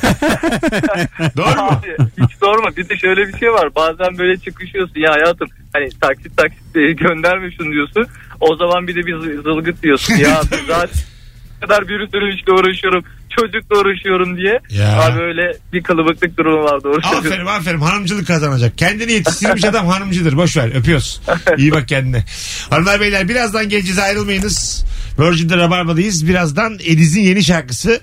[SPEAKER 3] Doğru mu?
[SPEAKER 11] Abi hiç sorma bir de şöyle bir şey var bazen böyle çıkışıyorsun ya hayatım hani taksit taksit e, gönderme şunu diyorsun o zaman bir de bir zı- zılgıt diyorsun ya ben zaten bu kadar bir sürü işle uğraşıyorum çocukla uğraşıyorum diye
[SPEAKER 3] Ya.
[SPEAKER 11] abi öyle bir kılıbıklık durumu var doğru söylüyorsun.
[SPEAKER 3] Aferin aferin hanımcılık kazanacak. Kendini yetiştirmiş adam hanımcıdır. Boş ver öpüyoruz. İyi bak kendine. Hanımlar beyler birazdan geleceğiz ayrılmayınız. Virgin'de Rabarba'dayız. Birazdan Ediz'in yeni şarkısı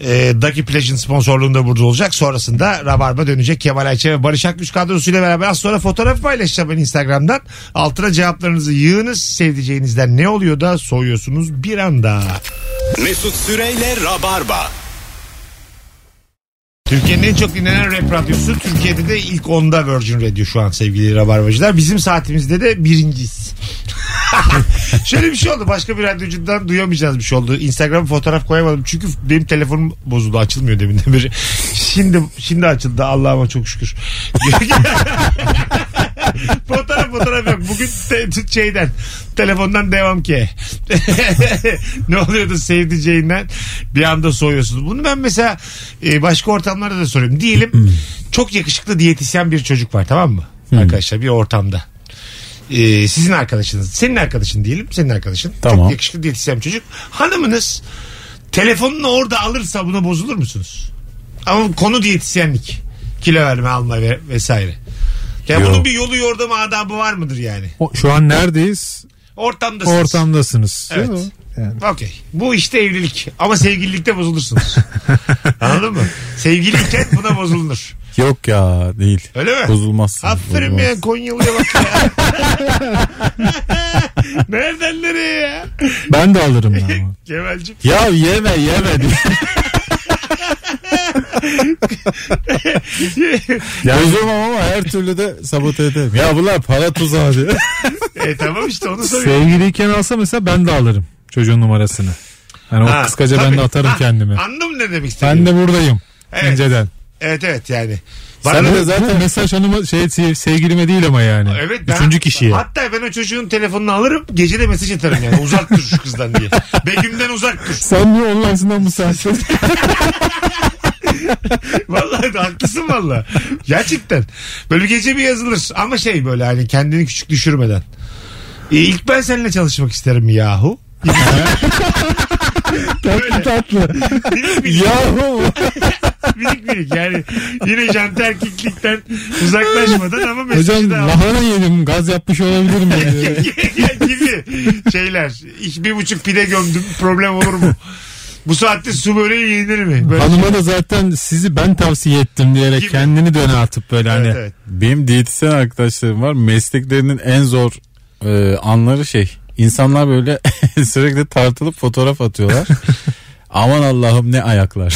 [SPEAKER 3] e, Daki Plaj'ın sponsorluğunda burada olacak. Sonrasında Rabarba dönecek. Kemal Ayça ve Barış Akgüç kadrosuyla beraber az sonra fotoğraf paylaşacağım ben Instagram'dan. Altına cevaplarınızı yığınız. Sevdiceğinizden ne oluyor da soğuyorsunuz bir anda.
[SPEAKER 2] Mesut Süreyle Rabarba.
[SPEAKER 3] Türkiye'nin en çok dinlenen rap radyosu. Türkiye'de de ilk 10'da Virgin Radio şu an sevgili rabarbacılar. Bizim saatimizde de birinciyiz. Şöyle bir şey oldu. Başka bir radyocudan duyamayacağız bir şey oldu. Instagram fotoğraf koyamadım. Çünkü benim telefonum bozuldu. Açılmıyor deminden beri. Şimdi şimdi açıldı. Allah'ıma çok şükür. fotoğraf fotoğraf yok. Bugün te- şeyden telefondan devam ki. ne oluyor da sevdiceğinden bir anda soğuyorsun. Bunu ben mesela e, başka ortamlarda da soruyorum. Diyelim çok yakışıklı diyetisyen bir çocuk var tamam mı? Arkadaşlar bir ortamda. E, sizin arkadaşınız. Senin arkadaşın diyelim. Senin arkadaşın.
[SPEAKER 4] Tamam.
[SPEAKER 3] Çok yakışıklı diyetisyen bir çocuk. Hanımınız telefonunu orada alırsa buna bozulur musunuz? Ama konu diyetisyenlik. Kilo verme, alma ve vesaire. Ya
[SPEAKER 4] Yo.
[SPEAKER 3] bunun bir yolu yordamı adabı var mıdır yani?
[SPEAKER 5] O- Şu an neredeyiz?
[SPEAKER 3] Ortamdasınız.
[SPEAKER 5] Ortamdasınız.
[SPEAKER 3] Evet.
[SPEAKER 5] Değil mi? Yani.
[SPEAKER 3] Okey. Bu işte evlilik. Ama sevgililikte bozulursunuz. Anladın mı? Sevgiliyken buna bozulunur.
[SPEAKER 4] Yok ya değil.
[SPEAKER 3] Öyle mi?
[SPEAKER 4] Bozulmaz.
[SPEAKER 3] Aferin
[SPEAKER 4] Bozulmaz.
[SPEAKER 3] ya Konyalı'ya bak ya. Nereden nereye ya?
[SPEAKER 5] Ben de alırım ya. ama.
[SPEAKER 3] Kemal'cim.
[SPEAKER 4] Ya yeme yeme diye. Bozulmam ama her türlü de sabote ederim. Ya bunlar para tuzağı diye.
[SPEAKER 3] e tamam işte onu soruyorum.
[SPEAKER 5] Sevgiliyken alsa mesela ben de alırım çocuğun numarasını. Yani
[SPEAKER 3] Ha,
[SPEAKER 5] o kıskaca
[SPEAKER 3] tabii.
[SPEAKER 5] ben de atarım
[SPEAKER 3] Ha,
[SPEAKER 5] kendime.
[SPEAKER 3] Anladım ne demek
[SPEAKER 5] Ben
[SPEAKER 3] istediğini.
[SPEAKER 5] de buradayım.
[SPEAKER 3] Evet.
[SPEAKER 5] İnceden.
[SPEAKER 3] Evet evet yani.
[SPEAKER 4] Sen
[SPEAKER 3] Bana-
[SPEAKER 4] de zaten
[SPEAKER 5] Bu mesaj hanıma şey sev- sevgilime değil ama yani.
[SPEAKER 3] Evet, ben-
[SPEAKER 5] Üçüncü kişiye.
[SPEAKER 3] Hatta ben o çocuğun telefonunu alırım gece de mesaj atarım yani uzak dur şu kızdan diye. Begüm'den uzak dur.
[SPEAKER 5] Sen niye online'sından bu saatte?
[SPEAKER 3] Vallahi de haklısın valla. Gerçekten. Böyle bir gece bir yazılır ama şey böyle hani kendini küçük düşürmeden. E, ilk ben seninle çalışmak isterim yahu.
[SPEAKER 5] tatlı tatlı.
[SPEAKER 3] Minik minik,
[SPEAKER 5] Yahu.
[SPEAKER 3] minik minik yani yine janti erkeklikten uzaklaşmadan ama mesajı
[SPEAKER 5] Hocam
[SPEAKER 3] da al-
[SPEAKER 5] lahana yedim gaz yapmış olabilir mi?
[SPEAKER 3] gibi şeyler. İlk Bir buçuk pide gömdüm problem olur mu? Bu saatte su böreği yenir mi? Böyle şey-
[SPEAKER 5] Hanıma da zaten sizi ben tavsiye ettim diyerek
[SPEAKER 3] Gibi.
[SPEAKER 5] kendini döne atıp böyle hani.
[SPEAKER 3] Evet, evet.
[SPEAKER 4] Benim diyetisyen arkadaşlarım var. Mesleklerinin en zor e, anları şey. İnsanlar böyle sürekli tartılıp fotoğraf atıyorlar. Aman Allah'ım ne ayaklar.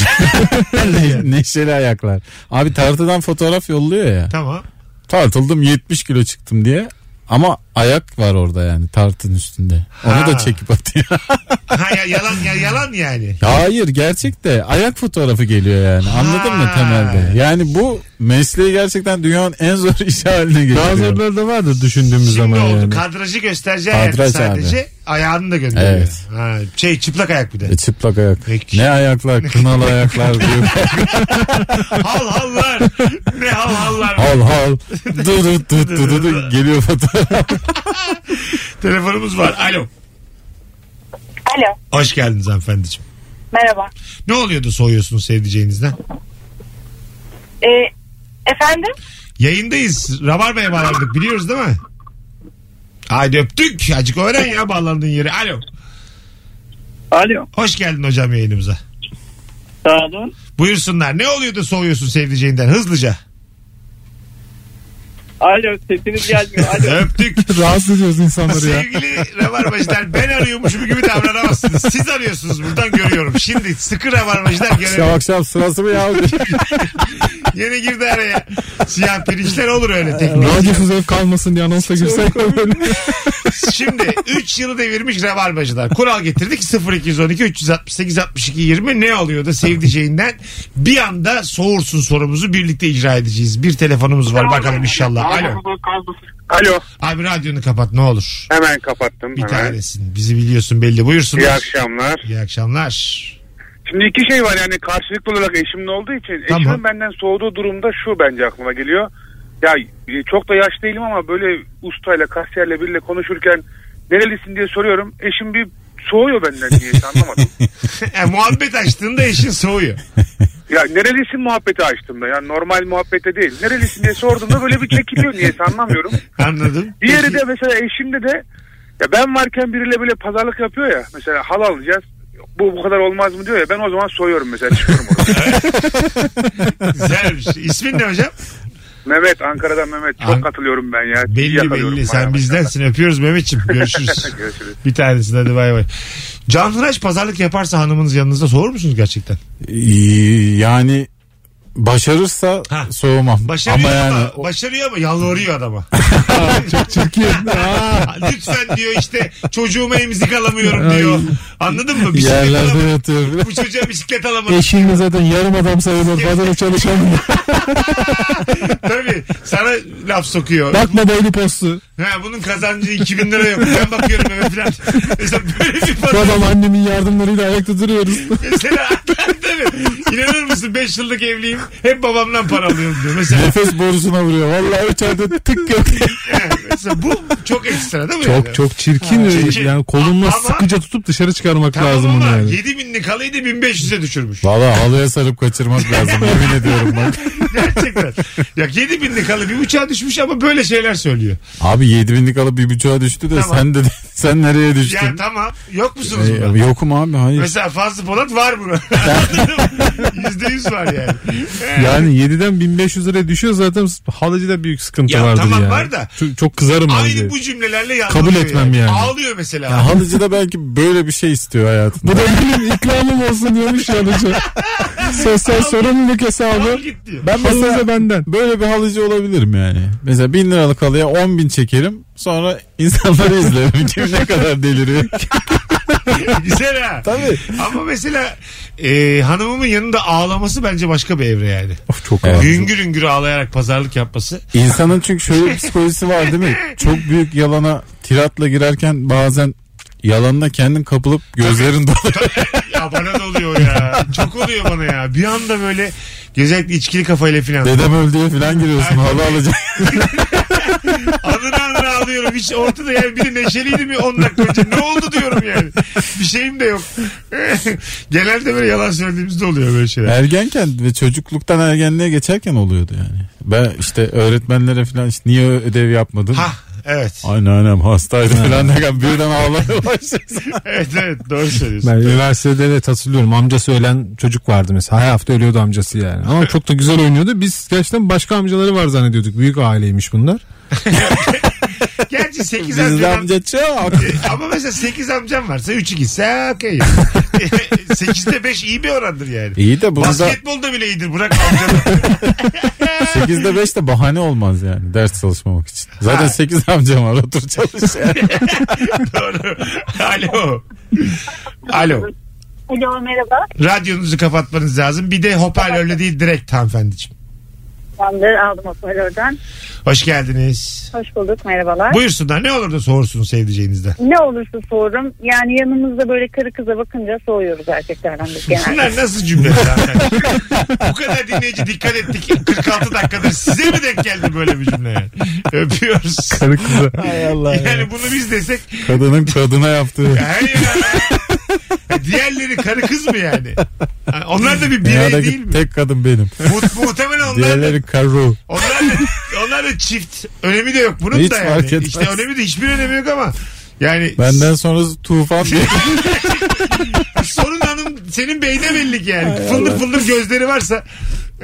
[SPEAKER 4] ne, neşeli ayaklar. Abi tartıdan fotoğraf yolluyor ya.
[SPEAKER 3] Tamam.
[SPEAKER 4] Tartıldım 70 kilo çıktım diye. Ama ayak var orada yani tartın üstünde. Onu
[SPEAKER 3] Ha.
[SPEAKER 4] da çekip atıyor.
[SPEAKER 3] Ha, ya- yalan ya, yalan yani.
[SPEAKER 4] Hayır gerçek de ayak fotoğrafı geliyor yani. Anladın mı
[SPEAKER 3] Ha.
[SPEAKER 4] temelde? Yani bu mesleği gerçekten dünyanın en zor işi haline getiriyor.
[SPEAKER 5] Bazıları da vardır düşündüğümüz
[SPEAKER 3] Şimdi
[SPEAKER 5] zaman
[SPEAKER 3] oldu.
[SPEAKER 5] yani.
[SPEAKER 3] Kadrajı göstereceği hayat
[SPEAKER 4] Kadraj
[SPEAKER 3] sadece. ayağını da gönderiyor.
[SPEAKER 4] Evet.
[SPEAKER 3] Ha, şey çıplak ayak bir de.
[SPEAKER 4] E, çıplak ayak. Ne ayaklar? Kınalı ayaklar diyor.
[SPEAKER 3] hal hallar. Ne hal hallar.
[SPEAKER 4] Hal hal. Du du du du du du. Geliyor fotoğraf.
[SPEAKER 3] Telefonumuz var. Alo.
[SPEAKER 10] Alo
[SPEAKER 3] Hoş geldiniz hanımefendiciğim.
[SPEAKER 10] merhaba.
[SPEAKER 3] Ne oluyordu soğuyorsunuz sevdiceğinizden?
[SPEAKER 10] Ee, efendim?
[SPEAKER 3] Yayındayız. Rabarba'ya bağlandık biliyoruz değil mi? Haydi öptük. Acık öğren ya bağlandığın yeri. Alo.
[SPEAKER 12] Alo.
[SPEAKER 3] Hoş geldin hocam yayınımıza.
[SPEAKER 12] Sağ olun.
[SPEAKER 3] Buyursunlar. Ne oluyor da soğuyorsun sevdiceğinden hızlıca?
[SPEAKER 12] Alo sesiniz gelmiyor.
[SPEAKER 3] Öptük.
[SPEAKER 5] Rahatsız ediyoruz insanları ya.
[SPEAKER 3] Sevgili Rabarbacılar ben arıyormuşum gibi davranamazsınız. Siz arıyorsunuz buradan görüyorum. Şimdi sıkı Rabarbacılar
[SPEAKER 4] Akşam
[SPEAKER 3] gene,
[SPEAKER 4] akşam sırası mı ya?
[SPEAKER 3] gene girdi araya. Siyah pirinçler olur öyle teknik.
[SPEAKER 5] Radyosuz ev kalmasın diye anonsla girsek de böyle.
[SPEAKER 3] Şimdi 3 yılı devirmiş rabarbacılar. Kural getirdik 0212 368 62 20 ne oluyor da sevdiceğinden bir anda soğursun sorumuzu birlikte icra edeceğiz. Bir telefonumuz var bakalım inşallah. Alo.
[SPEAKER 13] Alo.
[SPEAKER 3] Abi radyonu kapat ne olur.
[SPEAKER 13] Hemen kapattım.
[SPEAKER 3] Bir
[SPEAKER 13] hemen.
[SPEAKER 3] tanesin. Bizi biliyorsun belli. Buyursunlar.
[SPEAKER 13] İyi akşamlar.
[SPEAKER 3] İyi akşamlar.
[SPEAKER 13] Şimdi iki şey var yani karşılıklı olarak eşimle olduğu için
[SPEAKER 3] Tamam.
[SPEAKER 13] eşimin benden soğuduğu durumda şu bence aklıma geliyor. Ya e, çok da yaşlı değilim ama böyle ustayla kasiyerle biriyle konuşurken nerelisin diye soruyorum. Eşim bir soğuyor benden diye hiç anlamadım.
[SPEAKER 3] E, muhabbet açtığında eşin soğuyor.
[SPEAKER 13] ya nerelisin muhabbeti açtığımda yani normal muhabbete değil. Nerelisin diye sorduğumda böyle bir çekiliyor niye anlamıyorum.
[SPEAKER 3] Anladım.
[SPEAKER 13] Diğeri de mesela eşimde de ya ben varken biriyle böyle pazarlık yapıyor ya. Mesela hal alacağız. Bu bu kadar olmaz mı diyor ya. Ben o zaman soyuyorum mesela çıkıyorum oradan.
[SPEAKER 3] Güzelmiş. şey. İsmin ne hocam?
[SPEAKER 13] Mehmet Ankara'dan Mehmet. Çok
[SPEAKER 3] An-
[SPEAKER 13] katılıyorum ben ya. İyi
[SPEAKER 3] Belli
[SPEAKER 13] yakalıyorum
[SPEAKER 3] belli.
[SPEAKER 13] bayağı.
[SPEAKER 3] E, Sen bizdensin. Öpüyoruz Mehmetciğim. Görüşürüz.
[SPEAKER 13] Görüşürüz.
[SPEAKER 3] Bir tanesin hadi bay bay. Can Hıraş pazarlık yaparsa hanımınız yanınızda soğur musunuz gerçekten?
[SPEAKER 4] İyi, Yani başarırsa soğumam.
[SPEAKER 3] Başarıyor
[SPEAKER 4] ama
[SPEAKER 3] Şey ama,
[SPEAKER 4] yani
[SPEAKER 3] başarıyor ama yalvarıyor adama.
[SPEAKER 5] Çok çirkin.
[SPEAKER 3] Lütfen diyor işte çocuğuma emzik alamıyorum diyor. Anladın mı? Bisiklet
[SPEAKER 5] Yerlerde
[SPEAKER 3] alamıyorum.
[SPEAKER 5] yatıyor.
[SPEAKER 3] Bu çocuğa bisiklet alamadım.
[SPEAKER 5] Eşin de zaten yarım adam sayılır. Pazarı çalışamıyor.
[SPEAKER 3] Tabii sana laf sokuyor.
[SPEAKER 5] Bakma daily postu.
[SPEAKER 3] Ha, bunun kazancı 2000 lira yok. Ben bakıyorum eve falan. Mesela böyle bir
[SPEAKER 5] Bu
[SPEAKER 3] para.
[SPEAKER 5] adam annemin yardımlarıyla ayakta duruyoruz.
[SPEAKER 3] Mesela tabii. İnanır mısın 5 yıllık evliyim. Hep babamdan para alıyorum diyor. Mesela,
[SPEAKER 4] nefes borusuna vuruyor. Vallahi içeride tık yok.
[SPEAKER 3] mesela bu çok ekstra değil mi? yani?
[SPEAKER 5] Çok çok çirkin.
[SPEAKER 3] Ha, çirkin.
[SPEAKER 5] Yani kolunla
[SPEAKER 3] Ama-
[SPEAKER 5] sıkıca tutup dışarı çıkarmak
[SPEAKER 3] Tamam
[SPEAKER 5] lazım
[SPEAKER 3] ama
[SPEAKER 5] bunu yani.
[SPEAKER 3] 7 binlik halıyı da 1500'e düşürmüş.
[SPEAKER 4] Vallahi halıya sarıp kaçırmak lazım. Yemin ediyorum bak.
[SPEAKER 3] Gerçekten. ya 7 binlik halı bir uçağa düşmüş ama böyle şeyler söylüyor.
[SPEAKER 4] Abi 7000'lik alıp bir buçuğa düştü de
[SPEAKER 3] Tamam.
[SPEAKER 4] sen de sen nereye düştün?
[SPEAKER 3] Ya tamam yok musunuz
[SPEAKER 4] Ee,
[SPEAKER 3] buna?
[SPEAKER 4] yokum abi hayır.
[SPEAKER 3] Mesela Fazlı Polat var buna. Yüzde yüz var yani.
[SPEAKER 5] Yani 7'den 1500 liraya düşüyor zaten halıcıda büyük sıkıntı
[SPEAKER 3] Ya
[SPEAKER 5] vardır
[SPEAKER 3] tamam
[SPEAKER 5] yani.
[SPEAKER 3] var da-
[SPEAKER 5] Çok, çok kızarım
[SPEAKER 3] Aynı
[SPEAKER 5] halıcıya.
[SPEAKER 3] bu cümlelerle yalvarıyor.
[SPEAKER 5] Kabul etmem yani.
[SPEAKER 3] şey Ağlıyor mesela.
[SPEAKER 4] Ya halıcı da belki böyle bir şey istiyor hayatında.
[SPEAKER 5] Bu da benim ikramım olsun diyormuş halıcı. Sosyal sorumluluk hesabı.
[SPEAKER 4] Ben mesela
[SPEAKER 5] Halıcı benden.
[SPEAKER 4] böyle bir halıcı olabilirim yani. Mesela bin liralık halıya 10 bin çekerim. Sonra insanları izlerim. Kim ne kadar deliriyor.
[SPEAKER 3] Güzel ha.
[SPEAKER 4] Tabii.
[SPEAKER 3] Ama mesela e, hanımımın yanında ağlaması bence başka bir evre yani.
[SPEAKER 4] Çok
[SPEAKER 3] Hüngür hüngür ağlayarak pazarlık yapması.
[SPEAKER 4] İnsanın çünkü şöyle bir psikolojisi var değil mi? Çok büyük yalana tiratla girerken bazen yalanına kendin kapılıp gözlerin doluyor.
[SPEAKER 3] Ya bana da oluyor ya. Çok oluyor bana ya. Bir anda böyle özellikle içkili kafayla filan.
[SPEAKER 4] Dedem öldü falan giriyorsun. Halı alacak.
[SPEAKER 3] Anına anına ağlıyorum. Hiç ortada yani biri neşeliydi mi 10 dakika önce. Ne oldu diyorum yani. Bir şeyim de yok. Genelde böyle yalan söylediğimizde oluyor böyle şeyler.
[SPEAKER 4] Ergenken ve çocukluktan ergenliğe geçerken oluyordu yani. Ben işte öğretmenlere falan işte niye ödev yapmadın?
[SPEAKER 3] Ha evet.
[SPEAKER 4] Anneannem hastaydı falan derken birden ağlamaya başlıyorsun.
[SPEAKER 3] Evet evet doğru söylüyorsun.
[SPEAKER 5] Ben üniversitede evet hatırlıyorum amcası ölen çocuk vardı mesela her hafta ölüyordu amcası yani ama çok da güzel oynuyordu biz gerçekten başka amcaları var zannediyorduk büyük aileymiş bunlar.
[SPEAKER 3] Gerçi 8
[SPEAKER 4] Biz
[SPEAKER 3] amcam. E,
[SPEAKER 4] amca şey çok.
[SPEAKER 3] Ama mesela 8 amcam varsa 3'ü gitse okey. 8'de 5 iyi bir orandır yani.
[SPEAKER 4] İyi de bunu da
[SPEAKER 3] Basketbolda bile iyidir bırak amcanı.
[SPEAKER 4] 8'de 5 de bahane olmaz yani ders çalışmamak için. Zaten 8 amcam var otur çalış. yani.
[SPEAKER 3] Doğru. Alo. Alo.
[SPEAKER 10] Alo merhaba.
[SPEAKER 3] Radyonuzu kapatmanız lazım. Bir de hoparlörle değil direkt hanımefendiciğim.
[SPEAKER 10] Tamamdır aldım operatörden.
[SPEAKER 3] Hoş geldiniz.
[SPEAKER 10] Hoş bulduk merhabalar.
[SPEAKER 3] Buyursunlar ne olur da soğursunuz sevdiceğinizden.
[SPEAKER 10] Ne olursa sorum. Yani yanımızda böyle karı kıza bakınca soğuyoruz erkeklerden biz genelde.
[SPEAKER 3] Bunlar nasıl cümleler arkadaşlar? Bu kadar dinleyici dikkat ettik. 46 dakikadır size mi denk geldi böyle bir cümle? yani? Öpüyoruz.
[SPEAKER 4] Karı kızı. Hay Allah ya.
[SPEAKER 3] Yani bunu biz desek
[SPEAKER 4] Kadının kadına yaptığı.
[SPEAKER 3] Hayır ya. Diğerleri karı kız mı yani? Ha, Onlar da bir birey
[SPEAKER 4] Dünyadaki
[SPEAKER 3] değil mi?
[SPEAKER 4] tek kadın benim.
[SPEAKER 3] Mu- muhtemelen onlar da,
[SPEAKER 4] Diğerleri karı.
[SPEAKER 3] onlar, da, onlar da çift. Önemi de yok bunun
[SPEAKER 4] Hiç
[SPEAKER 3] da yani.
[SPEAKER 4] fark etmez.
[SPEAKER 3] İşte önemi de hiçbir önemi yok ama. Yani
[SPEAKER 4] Benden sonra tufan diye.
[SPEAKER 3] sorun hanım senin beyne belli ki yani. Fıldır fıldır gözleri varsa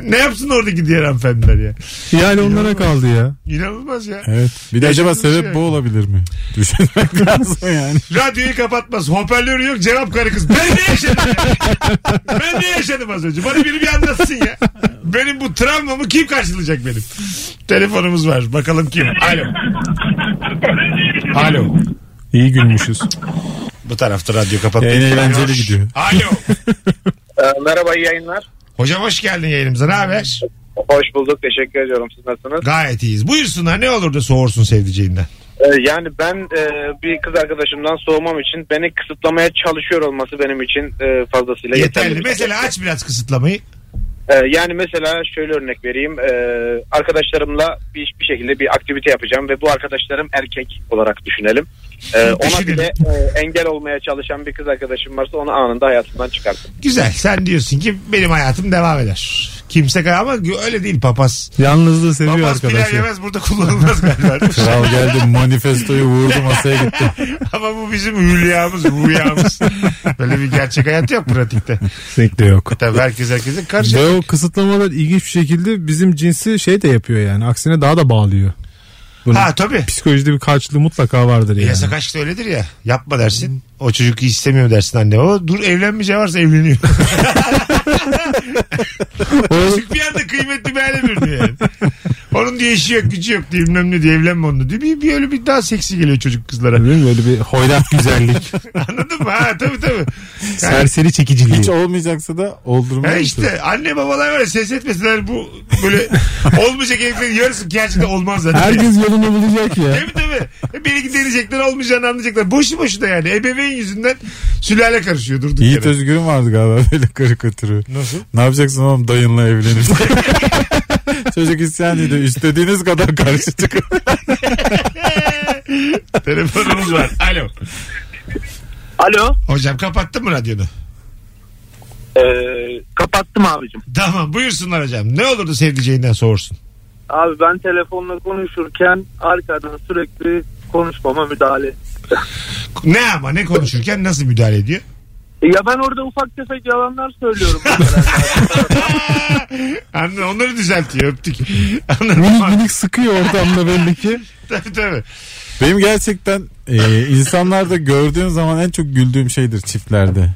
[SPEAKER 3] ne yapsın oradaki diğer hanımefendiler ya?
[SPEAKER 5] Yani onlara kaldı ya.
[SPEAKER 3] İnanılmaz ya.
[SPEAKER 4] Evet. Bir de acaba
[SPEAKER 3] Yaşadığımız şey.
[SPEAKER 4] sebep bu olabilir mi? Düşünmek lazım yani.
[SPEAKER 3] Radyoyu kapatmaz. Hoparlörü yok. Cevap karı kız. Ben ne yaşadım ya? Ben ne yaşadım az önce? Bana biri bir anlatsın ya. Benim bu travmamı kim karşılayacak benim? Telefonumuz var. Bakalım kim? Alo. Alo.
[SPEAKER 5] İyi gülmüşüz.
[SPEAKER 3] Bu tarafta radyo kapatmayı.
[SPEAKER 4] Yayın eğlenceli gidiyor.
[SPEAKER 3] Alo.
[SPEAKER 14] merhaba iyi yayınlar.
[SPEAKER 3] Hocam hoş geldin yayınımıza. Ne haber?
[SPEAKER 14] Hoş bulduk. Teşekkür ediyorum. Siz nasılsınız?
[SPEAKER 3] Gayet iyiyiz. Buyursunlar ne olur da soğursun sevdiceğinden.
[SPEAKER 14] Ee, yani ben e, bir kız arkadaşımdan soğumam için beni kısıtlamaya çalışıyor olması benim için e, fazlasıyla yeterli.
[SPEAKER 3] Yeterli. Mesela aç biraz kısıtlamayı.
[SPEAKER 14] Ee, yani mesela şöyle örnek vereyim. Ee, arkadaşlarımla bir, bir şekilde bir aktivite yapacağım ve bu arkadaşlarım erkek olarak düşünelim. Ee, ona
[SPEAKER 3] Düşünelim.
[SPEAKER 14] bile e, engel olmaya çalışan bir kız arkadaşım varsa onu anında hayatımdan çıkartın.
[SPEAKER 3] Güzel. Sen diyorsun ki benim hayatım devam eder. Kimse kay- ama öyle değil papaz.
[SPEAKER 5] Yalnızlığı seviyor
[SPEAKER 3] Papaz pilav
[SPEAKER 5] arkadaşlar.
[SPEAKER 3] yemez burada kullanılmaz galiba. değil mi?
[SPEAKER 4] Kral geldi manifestoyu vurdu masaya gitti.
[SPEAKER 3] Ama bu bizim hülyamız, rüyamız. Böyle bir gerçek hayat yok pratikte. E
[SPEAKER 5] Kesinlikle yok.
[SPEAKER 3] Tabii herkes herkesin karşı.
[SPEAKER 5] Ve o kısıtlamalar ilginç bir şekilde bizim cinsi şey de yapıyor yani. Aksine daha da bağlıyor. Bunun
[SPEAKER 3] Ha tabii.
[SPEAKER 5] psikolojide bir karşılığı mutlaka vardır yani.
[SPEAKER 3] Yasak aşk da öyledir ya. Yapma dersin. O çocuk istemiyor dersin anne. O dur evlenmeyeceği varsa evleniyor. Çocuk bir anda kıymetli bir hale bürünüyor yani. Onun diye işi yok gücü yok diye bilmem ne diye evlenme onunla diye. Bir, bir öyle bir daha seksi geliyor çocuk kızlara.
[SPEAKER 5] Değil mi? Böyle bir hoyrat güzellik.
[SPEAKER 3] Anladın mı? Ha tabii tabii. Yani,
[SPEAKER 5] serseri çekiciliği.
[SPEAKER 4] Hiç olmayacaksa da oldurmaya
[SPEAKER 3] ha işte anne babalar var ya ses etmesinler bu böyle olmayacak evliliklerin yarısı gerçekten olmaz zaten.
[SPEAKER 5] Herkes yolunu bulacak ya.
[SPEAKER 3] Tabii tabii. Bir iki deneyecekler olmayacağını anlayacaklar. Boşu boşuna yani. Ebeveyn yüzünden sülale karışıyor durduk
[SPEAKER 4] Yiğit
[SPEAKER 3] yere.
[SPEAKER 4] Özgür'ün vardı galiba böyle karikatürü.
[SPEAKER 3] Nasıl?
[SPEAKER 4] Ne yapacaksın oğlum dayınla evlenir. Çocuk isyan ediyor. İstediğiniz kadar karşı çıkın.
[SPEAKER 3] Telefonumuz var. Alo.
[SPEAKER 12] Alo. Ee,
[SPEAKER 3] Hocam kapattın mı radyonu?
[SPEAKER 12] kapattım abicim.
[SPEAKER 3] Tamam buyursunlar hocam. Ne olurdu sevdiceğinden soğursun.
[SPEAKER 12] Abi ben telefonla konuşurken arkadan sürekli konuşmama müdahale.
[SPEAKER 3] Ne ama ne konuşurken nasıl müdahale ediyor?
[SPEAKER 12] Ya ben orada ufak tefek yalanlar söylüyorum.
[SPEAKER 3] Anladın, onları düzeltiyor öptük. Anladın
[SPEAKER 5] Minik
[SPEAKER 3] mı?
[SPEAKER 5] minik sıkıyor ortamda belli ki.
[SPEAKER 3] tabii tabii.
[SPEAKER 4] Benim gerçekten e, insanlarda gördüğüm zaman en çok güldüğüm şeydir çiftlerde.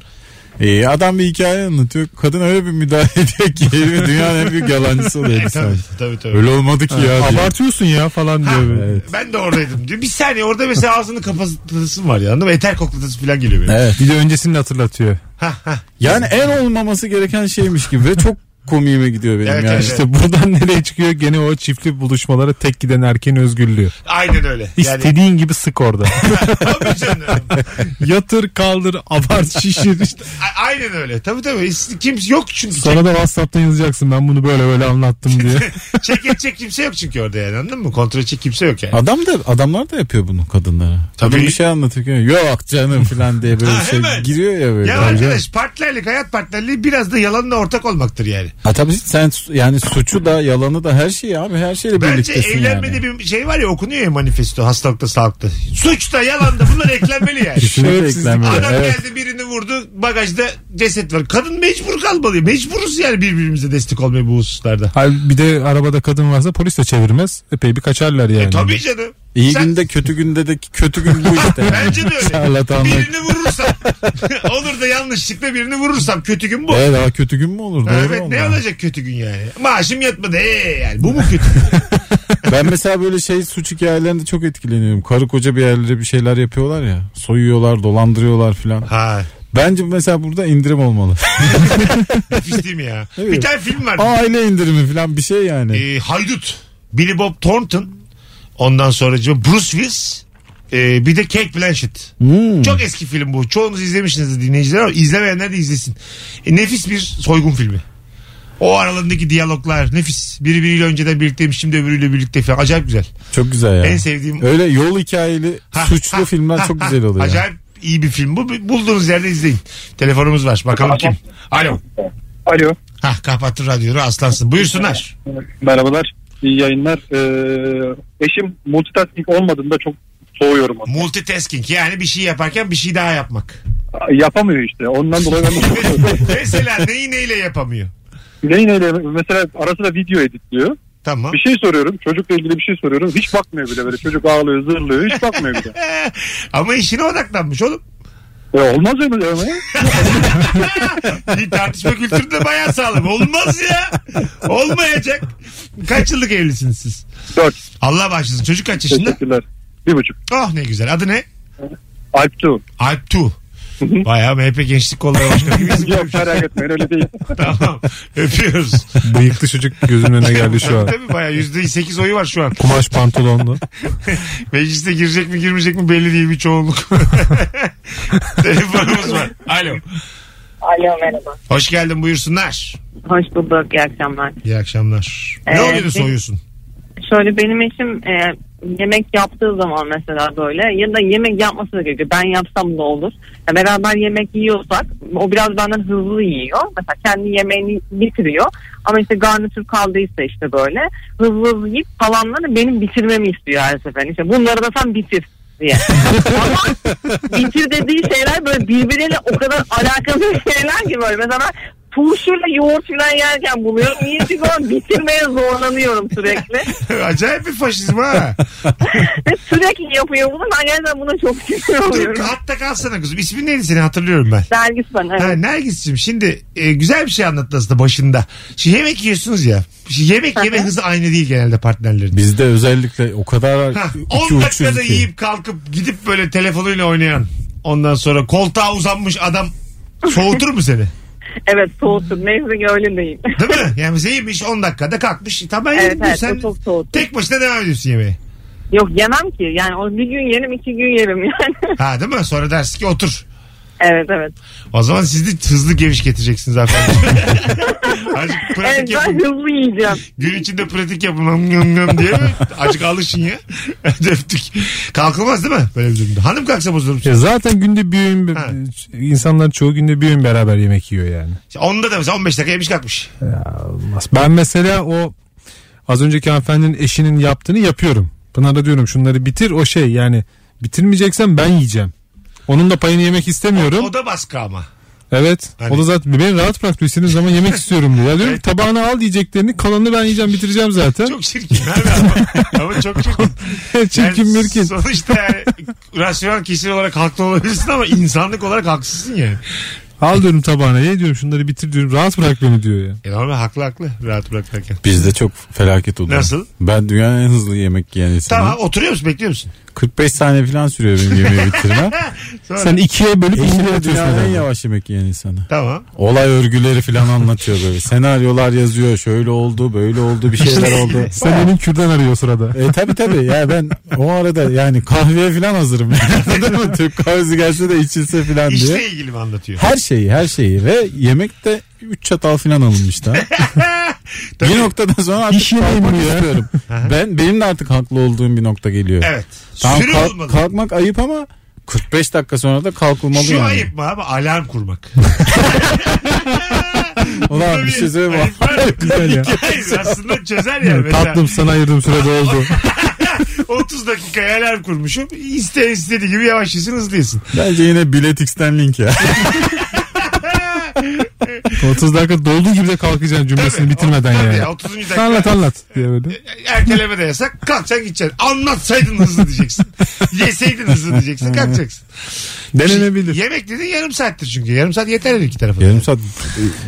[SPEAKER 4] E, adam bir hikaye anlatıyor. Kadın öyle bir müdahale ediyor ki herifi dünyanın en büyük yalancısı oluyor. bir
[SPEAKER 3] Tabii,
[SPEAKER 4] saniye.
[SPEAKER 3] tabii, tabii.
[SPEAKER 4] Öyle olmadı ki ya. diye.
[SPEAKER 5] Abartıyorsun ya falan diyor. böyle.
[SPEAKER 4] Evet.
[SPEAKER 3] Ben de oradaydım diyor. Bir saniye orada mesela ağzını kapatırsın var ya anladın mı? Eter koklatası falan geliyor benim.
[SPEAKER 4] Evet.
[SPEAKER 5] Bir de öncesini hatırlatıyor.
[SPEAKER 4] Yani en olmaması gereken şeymiş gibi ve çok komiğime gidiyor benim
[SPEAKER 3] Evet,
[SPEAKER 4] yani.
[SPEAKER 3] evet,
[SPEAKER 4] İşte
[SPEAKER 5] İşte buradan nereye çıkıyor? Gene o çiftli buluşmalara tek giden erkeğin özgürlüğü.
[SPEAKER 3] Aynen öyle. Yani,
[SPEAKER 5] İstediğin gibi sık orada.
[SPEAKER 3] tabii canım.
[SPEAKER 5] Yatır, kaldır, abart, şişir. işte.
[SPEAKER 3] A- Aynen öyle. Tabii tabii. İst- Kimse yok çünkü.
[SPEAKER 5] Sonra da WhatsApp'tan yazacaksın ben bunu böyle böyle anlattım diye.
[SPEAKER 3] Çek edecek kimse yok çünkü orada yani anladın mı? Kontrol edecek kimse yok yani.
[SPEAKER 4] Adam da adamlar da yapıyor bunu kadınlara.
[SPEAKER 3] Tabii.
[SPEAKER 4] Tabii. bir şey anlatırken yok canım falan diye böyle
[SPEAKER 3] Ha,
[SPEAKER 4] bir şey
[SPEAKER 3] hemen.
[SPEAKER 4] giriyor ya böyle.
[SPEAKER 3] Ya
[SPEAKER 4] Tabii canım.
[SPEAKER 3] arkadaş partnerlik hayat partnerliği biraz da yalanla ortak olmaktır yani.
[SPEAKER 4] Ha tabii sen su- yani suçu da yalanı da her şeyi abi her şeyle
[SPEAKER 3] Bence
[SPEAKER 4] birliktesin
[SPEAKER 3] evlenmede
[SPEAKER 4] yani.
[SPEAKER 3] bir şey var ya okunuyor ya manifesto hastalıkta sağlıkta. Suç da yalan da bunlar eklenmeli yani.
[SPEAKER 4] Kesinlikle
[SPEAKER 5] Şerefsizlik.
[SPEAKER 4] eklenmeli.
[SPEAKER 3] Adam
[SPEAKER 4] Evet.
[SPEAKER 3] geldi birini vurdu bagajda ceset var. Kadın mecbur kalmalı. Mecburuz yani birbirimize destek olmaya bu hususlarda.
[SPEAKER 5] Hayır, bir de arabada kadın varsa polis de çevirmez. Epey bir kaçarlar yani.
[SPEAKER 3] E tabii canım.
[SPEAKER 4] İyi
[SPEAKER 3] Sen-
[SPEAKER 4] günde kötü günde de kötü gün bu işte. yani.
[SPEAKER 3] Bence de öyle.
[SPEAKER 4] Şarlatanlık.
[SPEAKER 3] Birini vurursam olur da yanlışlıkla birini vurursam kötü gün bu.
[SPEAKER 4] Evet ama kötü gün mü olur? Doğru
[SPEAKER 3] Evet ne
[SPEAKER 4] vallahi.
[SPEAKER 3] olacak kötü gün yani? Maaşım yatmadı. Ee, yani bu mu kötü gün?
[SPEAKER 4] Ben mesela böyle şey suç hikayelerinde çok etkileniyorum. Karı koca bir yerlere bir şeyler yapıyorlar ya. Soyuyorlar, dolandırıyorlar filan.
[SPEAKER 3] ha.
[SPEAKER 4] Bence mesela burada indirim olmalı.
[SPEAKER 3] Nefis değil mi ya? Bir tane film var.
[SPEAKER 4] Aile indirimi falan bir şey yani.
[SPEAKER 3] Ee, haydut. Billy Bob Thornton. Ondan sonra Bruce Willis. Ee, bir de Kate Blanchett.
[SPEAKER 4] Hmm.
[SPEAKER 3] Çok eski film bu. Çoğunuz izlemişsiniz dinleyiciler ama izlemeyenler de izlesin. E, nefis bir soygun filmi. O aralarındaki diyaloglar nefis. Biri biriyle önceden birlikteymiş şimdi öbürüyle birlikte falan. Acayip güzel.
[SPEAKER 4] Çok güzel ya.
[SPEAKER 3] En sevdiğim-
[SPEAKER 4] Öyle yol hikayeli suçlu filmler çok güzel oluyor.
[SPEAKER 3] Acayip iyi bir film bu. Bulduğunuz yerde izleyin. Telefonumuz var. Bakalım kim? Alo.
[SPEAKER 15] Alo.
[SPEAKER 3] Hah kapattın radyoyu. Aslansın. Buyursunlar.
[SPEAKER 15] Merhabalar. İyi yayınlar. Ee, eşim multitasking olmadığında çok soğuyorum onu.
[SPEAKER 3] Multitasking yani bir şey yaparken bir şey daha yapmak.
[SPEAKER 15] Yapamıyor işte. Ondan dolayı ben de soğuyorum.
[SPEAKER 3] Mesela neyi neyle yapamıyor?
[SPEAKER 15] Neyin öyle mesela arasında video editliyor.
[SPEAKER 3] Tamam.
[SPEAKER 15] Bir şey soruyorum. Çocukla ilgili bir şey soruyorum. Hiç bakmıyor bile böyle. Çocuk ağlıyor, zırlıyor. Hiç bakmıyor bile.
[SPEAKER 3] Ama işine odaklanmış oğlum.
[SPEAKER 15] E, olmaz öyle ama ya.
[SPEAKER 3] Bir tartışma kültürü de bayağı sağlam. Olmaz ya. Olmayacak. Kaç yıllık evlisiniz siz?
[SPEAKER 15] Dört.
[SPEAKER 3] Allah bağışlasın. Çocuk kaç yaşında?
[SPEAKER 15] Teşekkürler. Bir buçuk.
[SPEAKER 3] Oh ne güzel. Adı ne?
[SPEAKER 15] Alp Tu.
[SPEAKER 3] Alp Tu. Bayağı MHP Gençlik Kolları Başkanı gibiyiz.
[SPEAKER 15] Yok merak etmeyin öyle değil.
[SPEAKER 3] tamam. Öpüyoruz.
[SPEAKER 5] Bıyıklı çocuk gözümün önüne geldi şu an.
[SPEAKER 3] Tabii bayağı %8 oyu var şu an.
[SPEAKER 5] Kumaş pantolonlu.
[SPEAKER 3] Mecliste girecek mi girmeyecek mi belli değil bir çoğunluk. Telefonumuz var. Alo.
[SPEAKER 16] Alo merhaba.
[SPEAKER 3] Hoş geldin buyursunlar.
[SPEAKER 16] Hoş bulduk. İyi akşamlar.
[SPEAKER 3] İyi akşamlar. Ne
[SPEAKER 16] Ee,
[SPEAKER 3] oluyor da
[SPEAKER 16] bir-
[SPEAKER 3] soyuyorsun?
[SPEAKER 16] Şöyle benim eşim e, yemek yaptığı zaman mesela böyle ya da yemek yapması da gerekiyor. Ben yapsam ne olur? Ya beraber yemek yiyorsak o biraz benden hızlı yiyor. Mesela kendi yemeğini bitiriyor. Ama işte garnitür kaldıysa işte böyle hızlı hızlı yiyip kalanları benim bitirmemi istiyor her seferinde. İşte bunları da sen bitir diye. Ama bitir dediği şeyler böyle birbiriyle o kadar alakalı şeyler ki böyle. Mesela ben turşuyla yoğurt falan yerken buluyorum. Niye çünkü ben bitirmeye zorlanıyorum sürekli.
[SPEAKER 3] Acayip bir faşizm ha.
[SPEAKER 16] Ve sürekli yapıyor bunu. Ben gerçekten buna çok sinir
[SPEAKER 3] Dur
[SPEAKER 16] oluyorum.
[SPEAKER 3] hatta kalsana kızım. İsmin neydi senin hatırlıyorum ben.
[SPEAKER 16] Nergis ben. Evet.
[SPEAKER 3] Ha, Nergis'cim şimdi e, güzel bir şey anlattın aslında başında. Şimdi yemek yiyorsunuz ya. Şimdi yemek yeme hızı aynı değil genelde partnerlerin.
[SPEAKER 4] Bizde özellikle o kadar
[SPEAKER 3] Ha,
[SPEAKER 4] iki
[SPEAKER 3] 10
[SPEAKER 4] uçsuz
[SPEAKER 3] dakikada
[SPEAKER 4] ki.
[SPEAKER 3] yiyip kalkıp gidip böyle telefonuyla oynayan. Ondan sonra koltuğa uzanmış adam soğutur mu seni?
[SPEAKER 16] evet soğutun. Neyse ki öyle değil.
[SPEAKER 3] Değil mi? Yani mesela yemiş 10 dakikada kalkmış. E, Tamam ben
[SPEAKER 16] Evet,
[SPEAKER 3] yedim diyor.
[SPEAKER 16] evet,
[SPEAKER 3] Sen
[SPEAKER 16] o çok soğutur.
[SPEAKER 3] tek başına devam ediyorsun yemeğe.
[SPEAKER 16] Yok yemem ki. Yani o bir gün yerim iki gün yerim yani.
[SPEAKER 3] Ha değil mi? Sonra dersin ki otur.
[SPEAKER 16] evet evet.
[SPEAKER 3] O zaman siz de hızlı geviş getireceksiniz efendim. Azıcık pratik
[SPEAKER 16] Evet ben
[SPEAKER 3] yapın.
[SPEAKER 16] hızlı yiyeceğim.
[SPEAKER 3] Gün içinde pratik yapın. Ngam ngam ngam diye mi? Azıcık alışın ya. Döptük. Kalkılmaz değil mi? Böyle bir durumda. Hanım kalksa bozulur musun?
[SPEAKER 5] Ya zaten günde bir öğün insanlar çoğu günde bir öğün beraber yemek yiyor yani.
[SPEAKER 3] Onda da mesela 15 dakika yemiş kalkmış.
[SPEAKER 5] Olmaz. Ben mesela o az önceki hanımefendinin eşinin yaptığını yapıyorum. Pınar'a diyorum şunları bitir o şey yani bitirmeyeceksen ben yiyeceğim. Onun da payını yemek istemiyorum.
[SPEAKER 3] O da baskı ama.
[SPEAKER 5] Evet. O da zaten beni rahat bırak diyor. İstediğin zaman yemek istiyorum diyor. Ya diyorum ki, tabağını al diyeceklerini kalanını ben yiyeceğim bitireceğim zaten.
[SPEAKER 3] Çok çirkin abi ama. ama çok çirkin.
[SPEAKER 5] Çirkin mirkin.
[SPEAKER 3] Sonuçta yani rasyonel kişi olarak haklı olabilirsin ama insanlık olarak haksızsın yani.
[SPEAKER 5] Al diyorum tabağına ye diyorum şunları bitir diyorum rahat bırak beni diyor ya.
[SPEAKER 3] E normal haklı haklı rahat bırakırken.
[SPEAKER 4] Bizde çok felaket oluyor.
[SPEAKER 3] Nasıl?
[SPEAKER 4] Ben dünyanın en hızlı yemek yiyen insanım.
[SPEAKER 3] Tamam oturuyor musun bekliyor musun?
[SPEAKER 4] 45 saniye falan sürüyor benim yemeği bitirmem.
[SPEAKER 3] Sonra-
[SPEAKER 5] ikiye bölüp
[SPEAKER 4] Eşim
[SPEAKER 5] ikiye
[SPEAKER 4] de
[SPEAKER 5] atıyorsun
[SPEAKER 4] dünyanın en
[SPEAKER 5] adamı.
[SPEAKER 4] yavaş yemek yiyen insanı.
[SPEAKER 3] Tamam.
[SPEAKER 4] Olay örgüleri falan anlatıyor böyle. Senaryolar yazıyor. Şöyle oldu, böyle oldu, bir şeyler oldu.
[SPEAKER 5] Sen elin kürdan arıyor o sırada.
[SPEAKER 4] E tabi tabi ya ben o arada yani kahveye falan hazırım. Anladın mı? Türk kahvesi gelse de içilse falan diye.
[SPEAKER 3] İşle ilgili mi anlatıyor?
[SPEAKER 4] Her şeyi her şeyi ve yemek de 3 çatal falan alınmış da. bir noktadan sonra artık
[SPEAKER 5] İş yemeği
[SPEAKER 4] kalkmak
[SPEAKER 5] mi ya?
[SPEAKER 4] istiyorum. ben, benim de artık haklı olduğum bir nokta geliyor.
[SPEAKER 3] Evet.
[SPEAKER 4] Tamam,
[SPEAKER 3] Süre
[SPEAKER 4] kalk-
[SPEAKER 3] olmadı.
[SPEAKER 4] kalkmak ayıp ama 45 dakika sonra da kalkılmalı
[SPEAKER 3] Şu
[SPEAKER 4] yani.
[SPEAKER 3] ayıp mı abi? Alarm kurmak.
[SPEAKER 4] Ulan bir şey söyleyeyim mi?
[SPEAKER 5] Güzel ya.
[SPEAKER 3] Hayır aslında çözer ya. Mesela
[SPEAKER 5] Tatlım sana ayırdığım sürede oldu.
[SPEAKER 3] 30 dakikaya alarm kurmuşum. İste istediği gibi yavaş yesin E, hızlıyısın.
[SPEAKER 4] Bence yine bilet X'ten link ya.
[SPEAKER 5] 30 dakika dolduğu gibi de kalkacaksın cümlesini bitirmeden
[SPEAKER 3] Tabii
[SPEAKER 5] yani.
[SPEAKER 3] ya, 30. dakika. E,
[SPEAKER 5] Anlat anlat diye böyle.
[SPEAKER 3] Erteleme de yasak. Kalkacaksın gideceksin. Anlatsaydın hızlı diyeceksin. Yeseydin hızlı diyeceksin. Kalkacaksın.
[SPEAKER 5] Denenebilir.
[SPEAKER 3] Yemek dedin yarım saattir çünkü. Yarım saat yeter her iki tarafa.
[SPEAKER 4] Yarım saat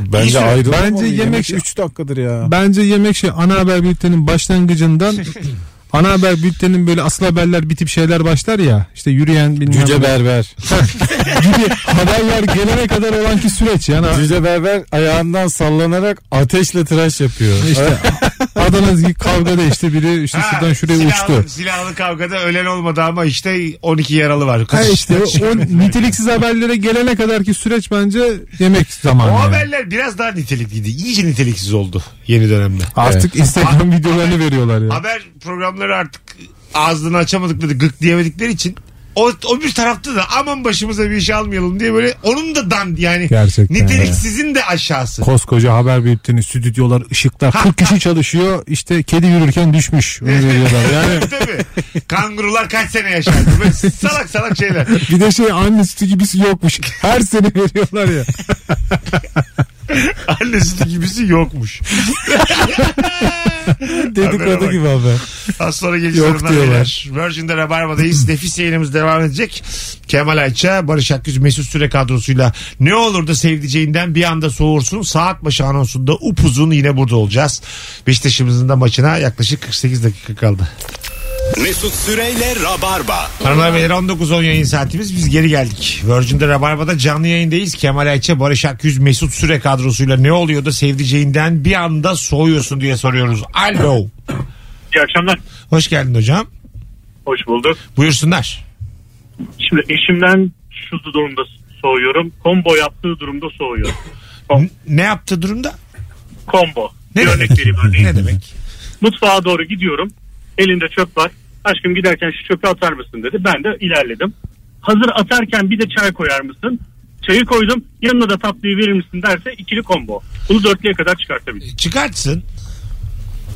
[SPEAKER 4] bence
[SPEAKER 5] süre.
[SPEAKER 4] ayrılır.
[SPEAKER 5] Bence
[SPEAKER 4] ama
[SPEAKER 5] yemek-
[SPEAKER 4] 3 dakikadır ya.
[SPEAKER 5] Bence yemek şey ana haber bültenin başlangıcından Ana haber bültenin böyle asıl haberler bitip şeyler başlar ya. İşte yürüyen bilmem.
[SPEAKER 4] Cüce berber.
[SPEAKER 5] gibi haberler gelene kadar olan ki süreç yani.
[SPEAKER 4] Cüce berber ayağından sallanarak ateşle tıraş yapıyor.
[SPEAKER 5] İşte Adana kavgada işte biri işte şuradan şuraya
[SPEAKER 3] silahlı,
[SPEAKER 5] uçtu.
[SPEAKER 3] Silahlı kavgada ölen olmadı ama işte 12 yaralı var.
[SPEAKER 5] Ha işte o niteliksiz haberlere gelene kadar ki süreç bence yemek zamanı.
[SPEAKER 3] O
[SPEAKER 5] yani.
[SPEAKER 3] haberler biraz daha nitelikliydi. İyice niteliksiz oldu yeni dönemde.
[SPEAKER 5] Artık Instagram videolarını veriyorlar ya.
[SPEAKER 3] Haber programları artık ağzını açamadıkları, gık diyemedikleri için o, o bir tarafta da aman başımıza bir iş almayalım diye böyle onun da dan yani
[SPEAKER 5] Gerçekten
[SPEAKER 3] niteliksizin de aşağısı.
[SPEAKER 5] Koskoca haber bülteni, stüdyolar, ışıklar, 40 kişi çalışıyor. İşte kedi yürürken düşmüş. Onu veriyorlar. Yani
[SPEAKER 3] Tabii. Kangurular kaç sene yaşardı. Böyle salak salak şeyler.
[SPEAKER 5] bir de şey anne sütü gibisi yokmuş. Her sene veriyorlar ya.
[SPEAKER 3] Anne sütü gibisi yokmuş. Habere
[SPEAKER 4] Dedikodu
[SPEAKER 3] bak.
[SPEAKER 4] gibi haber.
[SPEAKER 3] Az sonra geleceğiz.
[SPEAKER 4] Yok
[SPEAKER 3] hanımlar,
[SPEAKER 4] diyorlar.
[SPEAKER 3] beyler. Virgin'de Rabarba'dayız. Nefis yayınımız devam edecek. Kemal Ayça, Barış Akgüz, Mesut Süre kadrosuyla ne olur da sevdiceğinden bir anda soğursun. Saat başı anonsunda upuzun yine burada olacağız. Beşiktaş'ımızın da maçına yaklaşık 48 dakika kaldı.
[SPEAKER 2] Mesut Süreyle Rabarba.
[SPEAKER 3] Hanımlar beyler 19.10 yayın saatimiz biz geri geldik. Virgin'de Rabarba'da canlı yayındayız. Kemal Ayça, Barış Akyüz, Mesut Süre kadrosuyla ne oluyor da sevdiceğinden bir anda soğuyorsun diye soruyoruz. Alo.
[SPEAKER 17] İyi akşamlar.
[SPEAKER 3] Hoş geldin hocam.
[SPEAKER 17] Hoş bulduk.
[SPEAKER 3] Buyursunlar.
[SPEAKER 17] Şimdi eşimden şu durumda soğuyorum. Combo yaptığı durumda soğuyorum.
[SPEAKER 3] N- Ne yaptı durumda?
[SPEAKER 17] Combo.
[SPEAKER 3] Ne
[SPEAKER 17] bir örnek vereyim örneğin.
[SPEAKER 3] ne demek?
[SPEAKER 17] Mutfağa doğru gidiyorum. Elinde çöp var. Aşkım giderken şu çöpü atar mısın dedi. Ben de ilerledim. Hazır atarken bir de çay koyar mısın? Çayı koydum. Yanına da tatlıyı verir misin derse ikili combo. Bunu dörtlüye kadar çıkartabilirim.
[SPEAKER 3] Çıkartsın.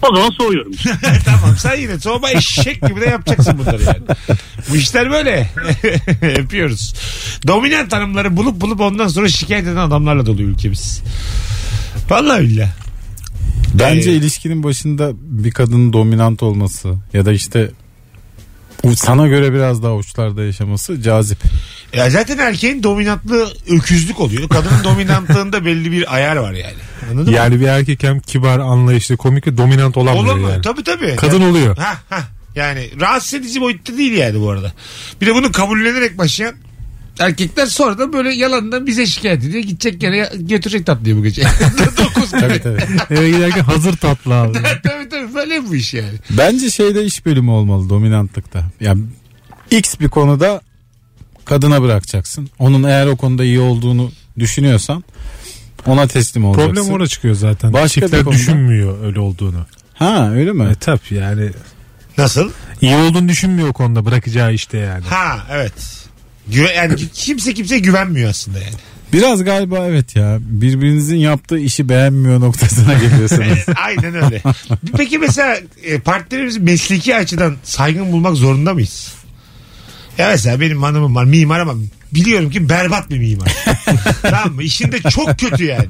[SPEAKER 17] O zaman soğuyorum.
[SPEAKER 3] tamam sen yine soğuma eşek gibi de yapacaksın bunları yani. Bu işler böyle. Yapıyoruz. Dominant hanımları bulup bulup ondan sonra şikayet eden adamlarla dolu ülkemiz. Vallahi billahi.
[SPEAKER 4] Bence
[SPEAKER 3] Ee,
[SPEAKER 4] ilişkinin başında bir kadının dominant olması ya da işte u- sana göre biraz daha uçlarda yaşaması cazip.
[SPEAKER 3] Ya zaten erkeğin dominantlığı öküzlük oluyor. Kadının dominantlığında belli bir ayar var yani. Anladın mı?
[SPEAKER 5] Yani bir erkek hem kibar, anlayışlı, komik ve dominant olamıyor
[SPEAKER 3] Olamıyor.
[SPEAKER 5] yani.
[SPEAKER 3] Tabii tabii.
[SPEAKER 5] Kadın
[SPEAKER 3] Yani-
[SPEAKER 5] oluyor.
[SPEAKER 3] Ha, ha. Yani rahatsız edici boyutta değil yani bu arada. Bir de bunu kabullenerek başlayan erkekler sonra da böyle yalandan bize şikayet ediyor. Gidecek yere götürecek tatlıyı bu gece. Dokuz gibi.
[SPEAKER 4] Tabii tabii.
[SPEAKER 5] Eve giderken hazır tatlı abi.
[SPEAKER 3] tabii tabii böyle bu iş yani.
[SPEAKER 4] Bence şeyde iş bölümü olmalı dominantlıkta. Yani X bir konuda kadına bırakacaksın. Onun eğer o konuda iyi olduğunu düşünüyorsan ona teslim olacaksın.
[SPEAKER 5] Problem orada çıkıyor zaten.
[SPEAKER 4] Başka bir
[SPEAKER 5] Erkekler
[SPEAKER 4] konuda-
[SPEAKER 5] düşünmüyor öyle olduğunu.
[SPEAKER 4] Ha öyle mi?
[SPEAKER 5] E tabii yani.
[SPEAKER 3] Nasıl?
[SPEAKER 5] İyi olduğunu düşünmüyor o konuda bırakacağı işte yani.
[SPEAKER 3] Ha evet. Güve, yani kimse kimseye güvenmiyor aslında yani.
[SPEAKER 4] Biraz galiba evet ya birbirinizin yaptığı işi beğenmiyor noktasına geliyorsunuz.
[SPEAKER 3] E, Aynen öyle. Peki mesela e, partnerimiz mesleki açıdan saygın bulmak zorunda mıyız? Ya mesela benim hanımım var mimar ama biliyorum ki berbat bir mimar. tamam mı? İşinde çok kötü yani.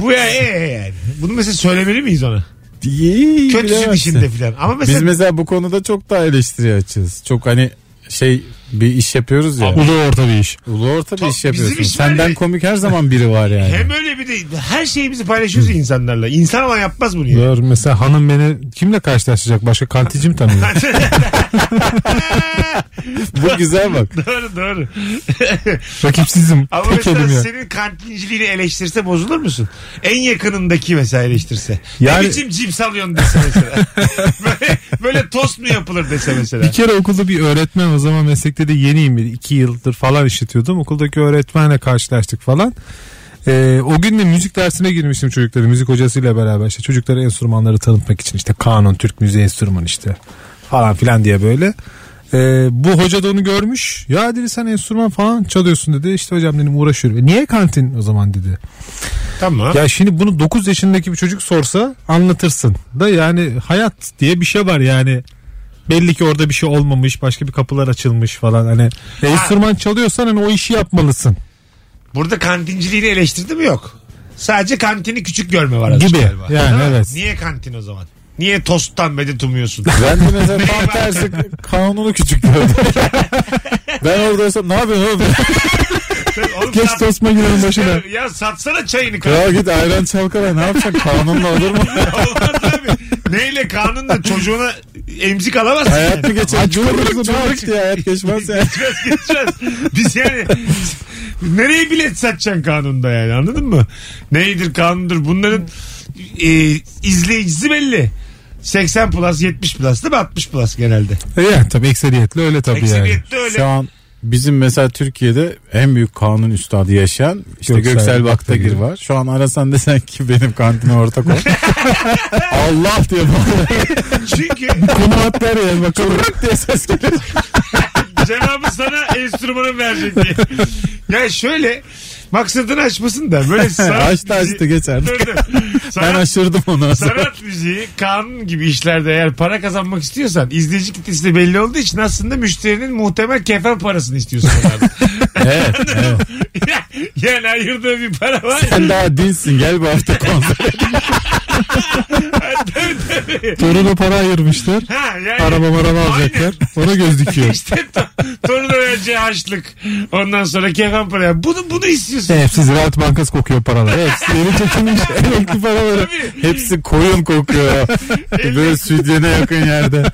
[SPEAKER 3] Bu ya e, e yani. Bunu mesela söylemeli miyiz ona?
[SPEAKER 4] İyi,
[SPEAKER 3] Kötüsün
[SPEAKER 4] bilemezsin.
[SPEAKER 3] işinde filan. Ama mesela,
[SPEAKER 4] Biz mesela bu konuda çok daha eleştiri açığız. Çok hani şey bir iş yapıyoruz ya.
[SPEAKER 5] Ulu orta bir iş.
[SPEAKER 4] Ulu orta bir iş
[SPEAKER 3] Bizim
[SPEAKER 4] yapıyorsun.
[SPEAKER 3] iş
[SPEAKER 4] Senden
[SPEAKER 3] böyle-
[SPEAKER 4] komik her zaman biri var yani.
[SPEAKER 3] hem öyle bir de her şeyimizi paylaşıyoruz ya insanlarla. İnsan ama yapmaz bunu yani.
[SPEAKER 5] Doğru. Mesela hanım beni kimle karşılaşacak? Başka kantici mi tanıyor?
[SPEAKER 4] Bu güzel bak.
[SPEAKER 3] doğru doğru.
[SPEAKER 5] Rakipsizim.
[SPEAKER 3] Ama
[SPEAKER 5] Tek
[SPEAKER 3] mesela
[SPEAKER 5] elim ya.
[SPEAKER 3] senin kantinciliğini eleştirse bozulur musun? En yakınındaki mesela eleştirse. Ne
[SPEAKER 5] Yani-
[SPEAKER 3] biçim cips alıyorsun dese mesela. böyle, böyle tost mu yapılır dese mesela.
[SPEAKER 5] Bir kere okulda bir öğretmen o zaman meslekte de yeniyim. iki yıldır falan işitiyordum. Okuldaki öğretmenle karşılaştık falan. Ee, o gün de müzik dersine girmiştim çocukları. Müzik hocasıyla beraber işte çocuklara enstrümanları tanıtmak için işte kanun, Türk müziği enstrümanı işte falan filan diye böyle. Ee, bu hoca da onu görmüş. Ya dedi sen enstrüman falan çalıyorsun dedi. İşte hocam dedim uğraşıyorum. E, niye kantin o zaman dedi.
[SPEAKER 3] Tamam.
[SPEAKER 5] Ya şimdi bunu 9 yaşındaki bir çocuk sorsa anlatırsın. Da yani hayat diye bir şey var yani. Belli ki orada bir şey olmamış, başka bir kapılar açılmış falan. Hani enstrüman çalıyorsan hani o işi yapmalısın
[SPEAKER 3] Burada kantinciliğini eleştirdi mi yok? Sadece kantini küçük görme var. azıcık
[SPEAKER 5] gibi.
[SPEAKER 3] galiba.
[SPEAKER 5] Yani
[SPEAKER 3] Ha,
[SPEAKER 5] evet.
[SPEAKER 3] Niye kantin o zaman? Niye tosttan medet umuyorsun?
[SPEAKER 4] Ben de mesela tam tersi kanunu küçük gördüm. ben orada olsam ne yapıyorsun oğlum?
[SPEAKER 3] Oğlum
[SPEAKER 5] Geç
[SPEAKER 3] sat-
[SPEAKER 5] tost makinenin başına.
[SPEAKER 3] Ya satsana çayını.
[SPEAKER 4] Kral git ayran çalkala ne yapacaksın kanunla olur mu?
[SPEAKER 3] Olmaz abi. Neyle kanunla çocuğuna emzik alamazsın.
[SPEAKER 4] Hayat mı geçer?
[SPEAKER 3] Aç
[SPEAKER 4] Cumhur
[SPEAKER 3] kalırız,
[SPEAKER 4] Kurumu'na
[SPEAKER 3] aç.
[SPEAKER 4] bak diye hayat geçmez ya.
[SPEAKER 3] Geçmez geçmez. Biz yani nereye bilet satacaksın kanunda yani anladın mı? Neydir kanundur bunların e, izleyicisi belli. 80 plus 70 plus değil mi 60 plus genelde.
[SPEAKER 4] E, Ya tabii ekseriyetle öyle
[SPEAKER 3] tabii yani. Ekseriyetle öyle.
[SPEAKER 4] Şu an bizim mesela Türkiye'de en büyük kanun üstadı yaşayan işte
[SPEAKER 5] Göksel
[SPEAKER 4] Göksel,
[SPEAKER 5] Baktagir.
[SPEAKER 4] Baktagir var. Şu an arasan desen ki benim kantime ortak ol. Allah diye bağırıyor.
[SPEAKER 3] Çünkü
[SPEAKER 4] Konu atlar ya bakalım. Çocuk diye ses gelir.
[SPEAKER 3] Cevabı sana enstrümanın verecek diye. Yani şöyle maksadını açmasın da böyle sanat
[SPEAKER 4] Açtı açtı geç artık.
[SPEAKER 3] Dur, dur.
[SPEAKER 4] Ben
[SPEAKER 3] Sanat-
[SPEAKER 4] aşırdım onu.
[SPEAKER 3] Sanat müziği kanun gibi işlerde eğer para kazanmak istiyorsan izleyici kitlesi de belli olduğu için aslında müşterinin muhtemel kefen parasını istiyorsun. onlardan.
[SPEAKER 4] evet, evet.
[SPEAKER 3] yani ayırdığı bir para var.
[SPEAKER 4] Sen daha dinsin gel bu hafta konser.
[SPEAKER 5] Toruna para ayırmışlar.
[SPEAKER 3] Ha, yani-
[SPEAKER 5] Araba maraba alacaklar. Ona göz dikiyor.
[SPEAKER 3] işte to- torunu vereceği harçlık. Ondan sonra kefen para. Bunu, bunu istiyorsun.
[SPEAKER 5] Hepsi Ziraat Bankası kokuyor paralar. Hepsi yeni çekilmiş emekli paraları.
[SPEAKER 4] Hepsi koyun kokuyor. Böyle stüdyona yakın yerde.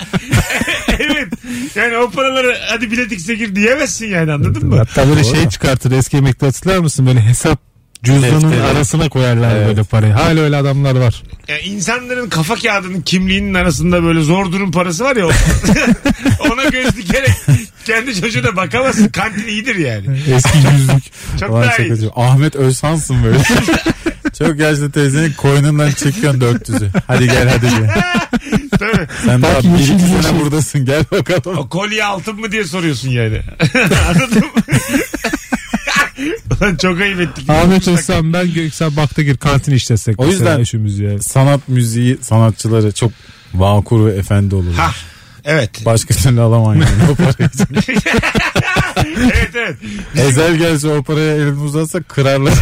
[SPEAKER 3] evet. Yani o paraları hadi biletikse gir diyemezsin yani anladın mı?
[SPEAKER 5] Hatta böyle şey çıkartır eski emekli hatırlar mısın? Böyle hesap cüzdanın
[SPEAKER 4] Defteri.
[SPEAKER 5] arasına koyarlar böyle parayı. Hala öyle adamlar var.
[SPEAKER 3] Yani insanların kafa kağıdının kimliğinin arasında böyle zor durum parası var ya. ona göz dikerek kendi çocuğuna bakamazsın. Kantin iyidir yani.
[SPEAKER 4] Eski yüzlük.
[SPEAKER 3] Çok
[SPEAKER 4] Vay,
[SPEAKER 3] daha iyi.
[SPEAKER 4] acı. Ahmet Özhansın böyle. Çok yaşlı teyzenin koynundan çekiyorsun 400'ü. Hadi gel hadi diye.
[SPEAKER 3] Tabii.
[SPEAKER 4] Sen daha
[SPEAKER 3] Bak,
[SPEAKER 4] bir
[SPEAKER 3] yeşil
[SPEAKER 4] iki
[SPEAKER 3] yeşil.
[SPEAKER 4] sene buradasın gel bakalım.
[SPEAKER 3] O kolye altın mı diye soruyorsun yani. Anladın mı? Ulan çok ayıp ettik.
[SPEAKER 5] Ahmet Özsan ben Göksel Baktagir kantin işletsek.
[SPEAKER 4] O
[SPEAKER 5] mesela
[SPEAKER 4] yüzden
[SPEAKER 5] işimiz ya.
[SPEAKER 4] sanat müziği sanatçıları çok vakur ve efendi olur.
[SPEAKER 3] Ha, evet.
[SPEAKER 4] Başka türlü alamayın yani o parayı.
[SPEAKER 3] evet evet.
[SPEAKER 4] Ezel gelse o paraya elini uzatsa kırarlar.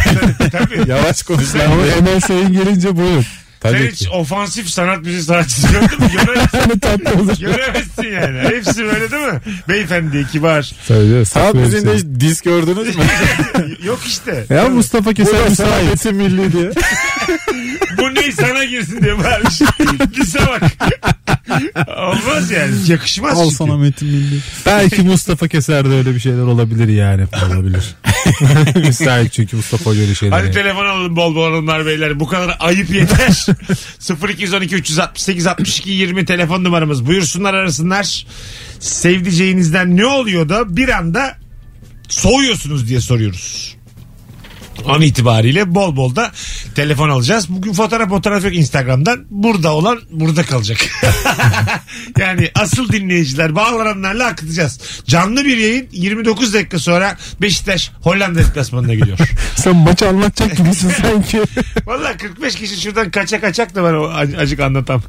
[SPEAKER 3] Tabii.
[SPEAKER 4] Yavaş konuş lan.
[SPEAKER 5] Ama Emel Sayın gelince buyur.
[SPEAKER 3] Sen
[SPEAKER 4] Tabii
[SPEAKER 3] hiç ofansif sanat müziği sanatçısı gördün mü? Göremezsin.
[SPEAKER 5] olur.
[SPEAKER 3] Göremezsin yani. Hepsi böyle değil mi? Beyefendi, kibar.
[SPEAKER 5] Tabii,
[SPEAKER 4] Sanat
[SPEAKER 5] saklı
[SPEAKER 4] müziğinde
[SPEAKER 5] elbise.
[SPEAKER 4] hiç diz gördünüz mü?
[SPEAKER 3] Yok işte.
[SPEAKER 5] Ya Mustafa Keser
[SPEAKER 4] Burası
[SPEAKER 5] müsait.
[SPEAKER 4] Saadet'in milli diye.
[SPEAKER 3] Bu ney sana girsin diye bağırmış. Lise bak. Olmaz yani. Yakışmaz
[SPEAKER 4] Al
[SPEAKER 3] çünkü.
[SPEAKER 4] sana Metin Milli.
[SPEAKER 5] Belki Mustafa Keser'de öyle bir şeyler olabilir yani. Olabilir. müsait çünkü Mustafa Hoca öyle şeyler.
[SPEAKER 3] Hadi telefon alalım bol bol hanımlar beyler. Bu kadar ayıp yeter. 0212 368 62 20 telefon numaramız. Buyursunlar arasınlar. Sevdiceğinizden ne oluyor da bir anda soğuyorsunuz diye soruyoruz. An itibariyle bol bol da telefon alacağız. Bugün fotoğraf fotoğraf yok Instagram'dan. Burada olan burada kalacak. yani asıl dinleyiciler bağlananlarla akıtacağız. Canlı bir yayın 29 dakika sonra Beşiktaş Hollanda deplasmanına gidiyor.
[SPEAKER 5] Sen maçı anlatacak gibisin sanki.
[SPEAKER 3] Valla 45 kişi şuradan kaça kaçak da var o ac- acık anlatam.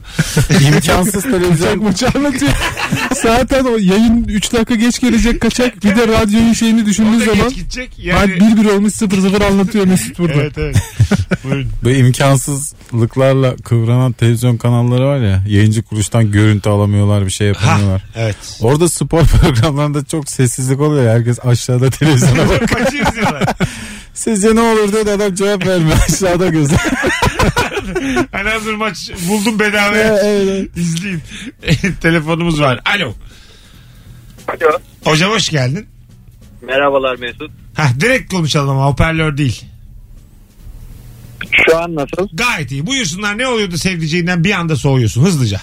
[SPEAKER 4] İmkansız
[SPEAKER 5] Kaçak
[SPEAKER 4] televizyon.
[SPEAKER 5] maçı anlatıyor. Zaten o yayın 3 dakika geç gelecek kaçak. Bir de radyonun şeyini düşündüğün
[SPEAKER 3] Burada
[SPEAKER 5] zaman.
[SPEAKER 3] geç gidecek.
[SPEAKER 5] Yani...
[SPEAKER 3] Yani...
[SPEAKER 5] 1-1 olmuş 0-0 anlatıyor Mesut burada.
[SPEAKER 3] Evet evet. Buyurun.
[SPEAKER 4] Böyle imkansızlıklarla kıvranan televizyon kanalları var ya. Yayıncı kuruluştan görüntü alamıyorlar bir şey yapamıyorlar.
[SPEAKER 3] Evet.
[SPEAKER 4] Orada spor programlarında çok sessizlik oluyor. ya, Herkes aşağıda televizyona bak.
[SPEAKER 3] Maçı izliyorlar.
[SPEAKER 4] Sizce ne olur dedi adam cevap vermiyor. Aşağıda gözler.
[SPEAKER 3] Hani hazır maç buldum bedava.
[SPEAKER 4] Evet, evet.
[SPEAKER 3] İzleyin. Telefonumuz var. Alo.
[SPEAKER 18] Alo.
[SPEAKER 3] Hocam hoş geldin.
[SPEAKER 18] Merhabalar Mesut.
[SPEAKER 3] Hah, direkt konuşalım ama hoparlör değil.
[SPEAKER 18] Şu an nasıl?
[SPEAKER 3] Gayet iyi. Buyursunlar ne oluyordu sevdiceğinden bir anda soğuyorsun hızlıca.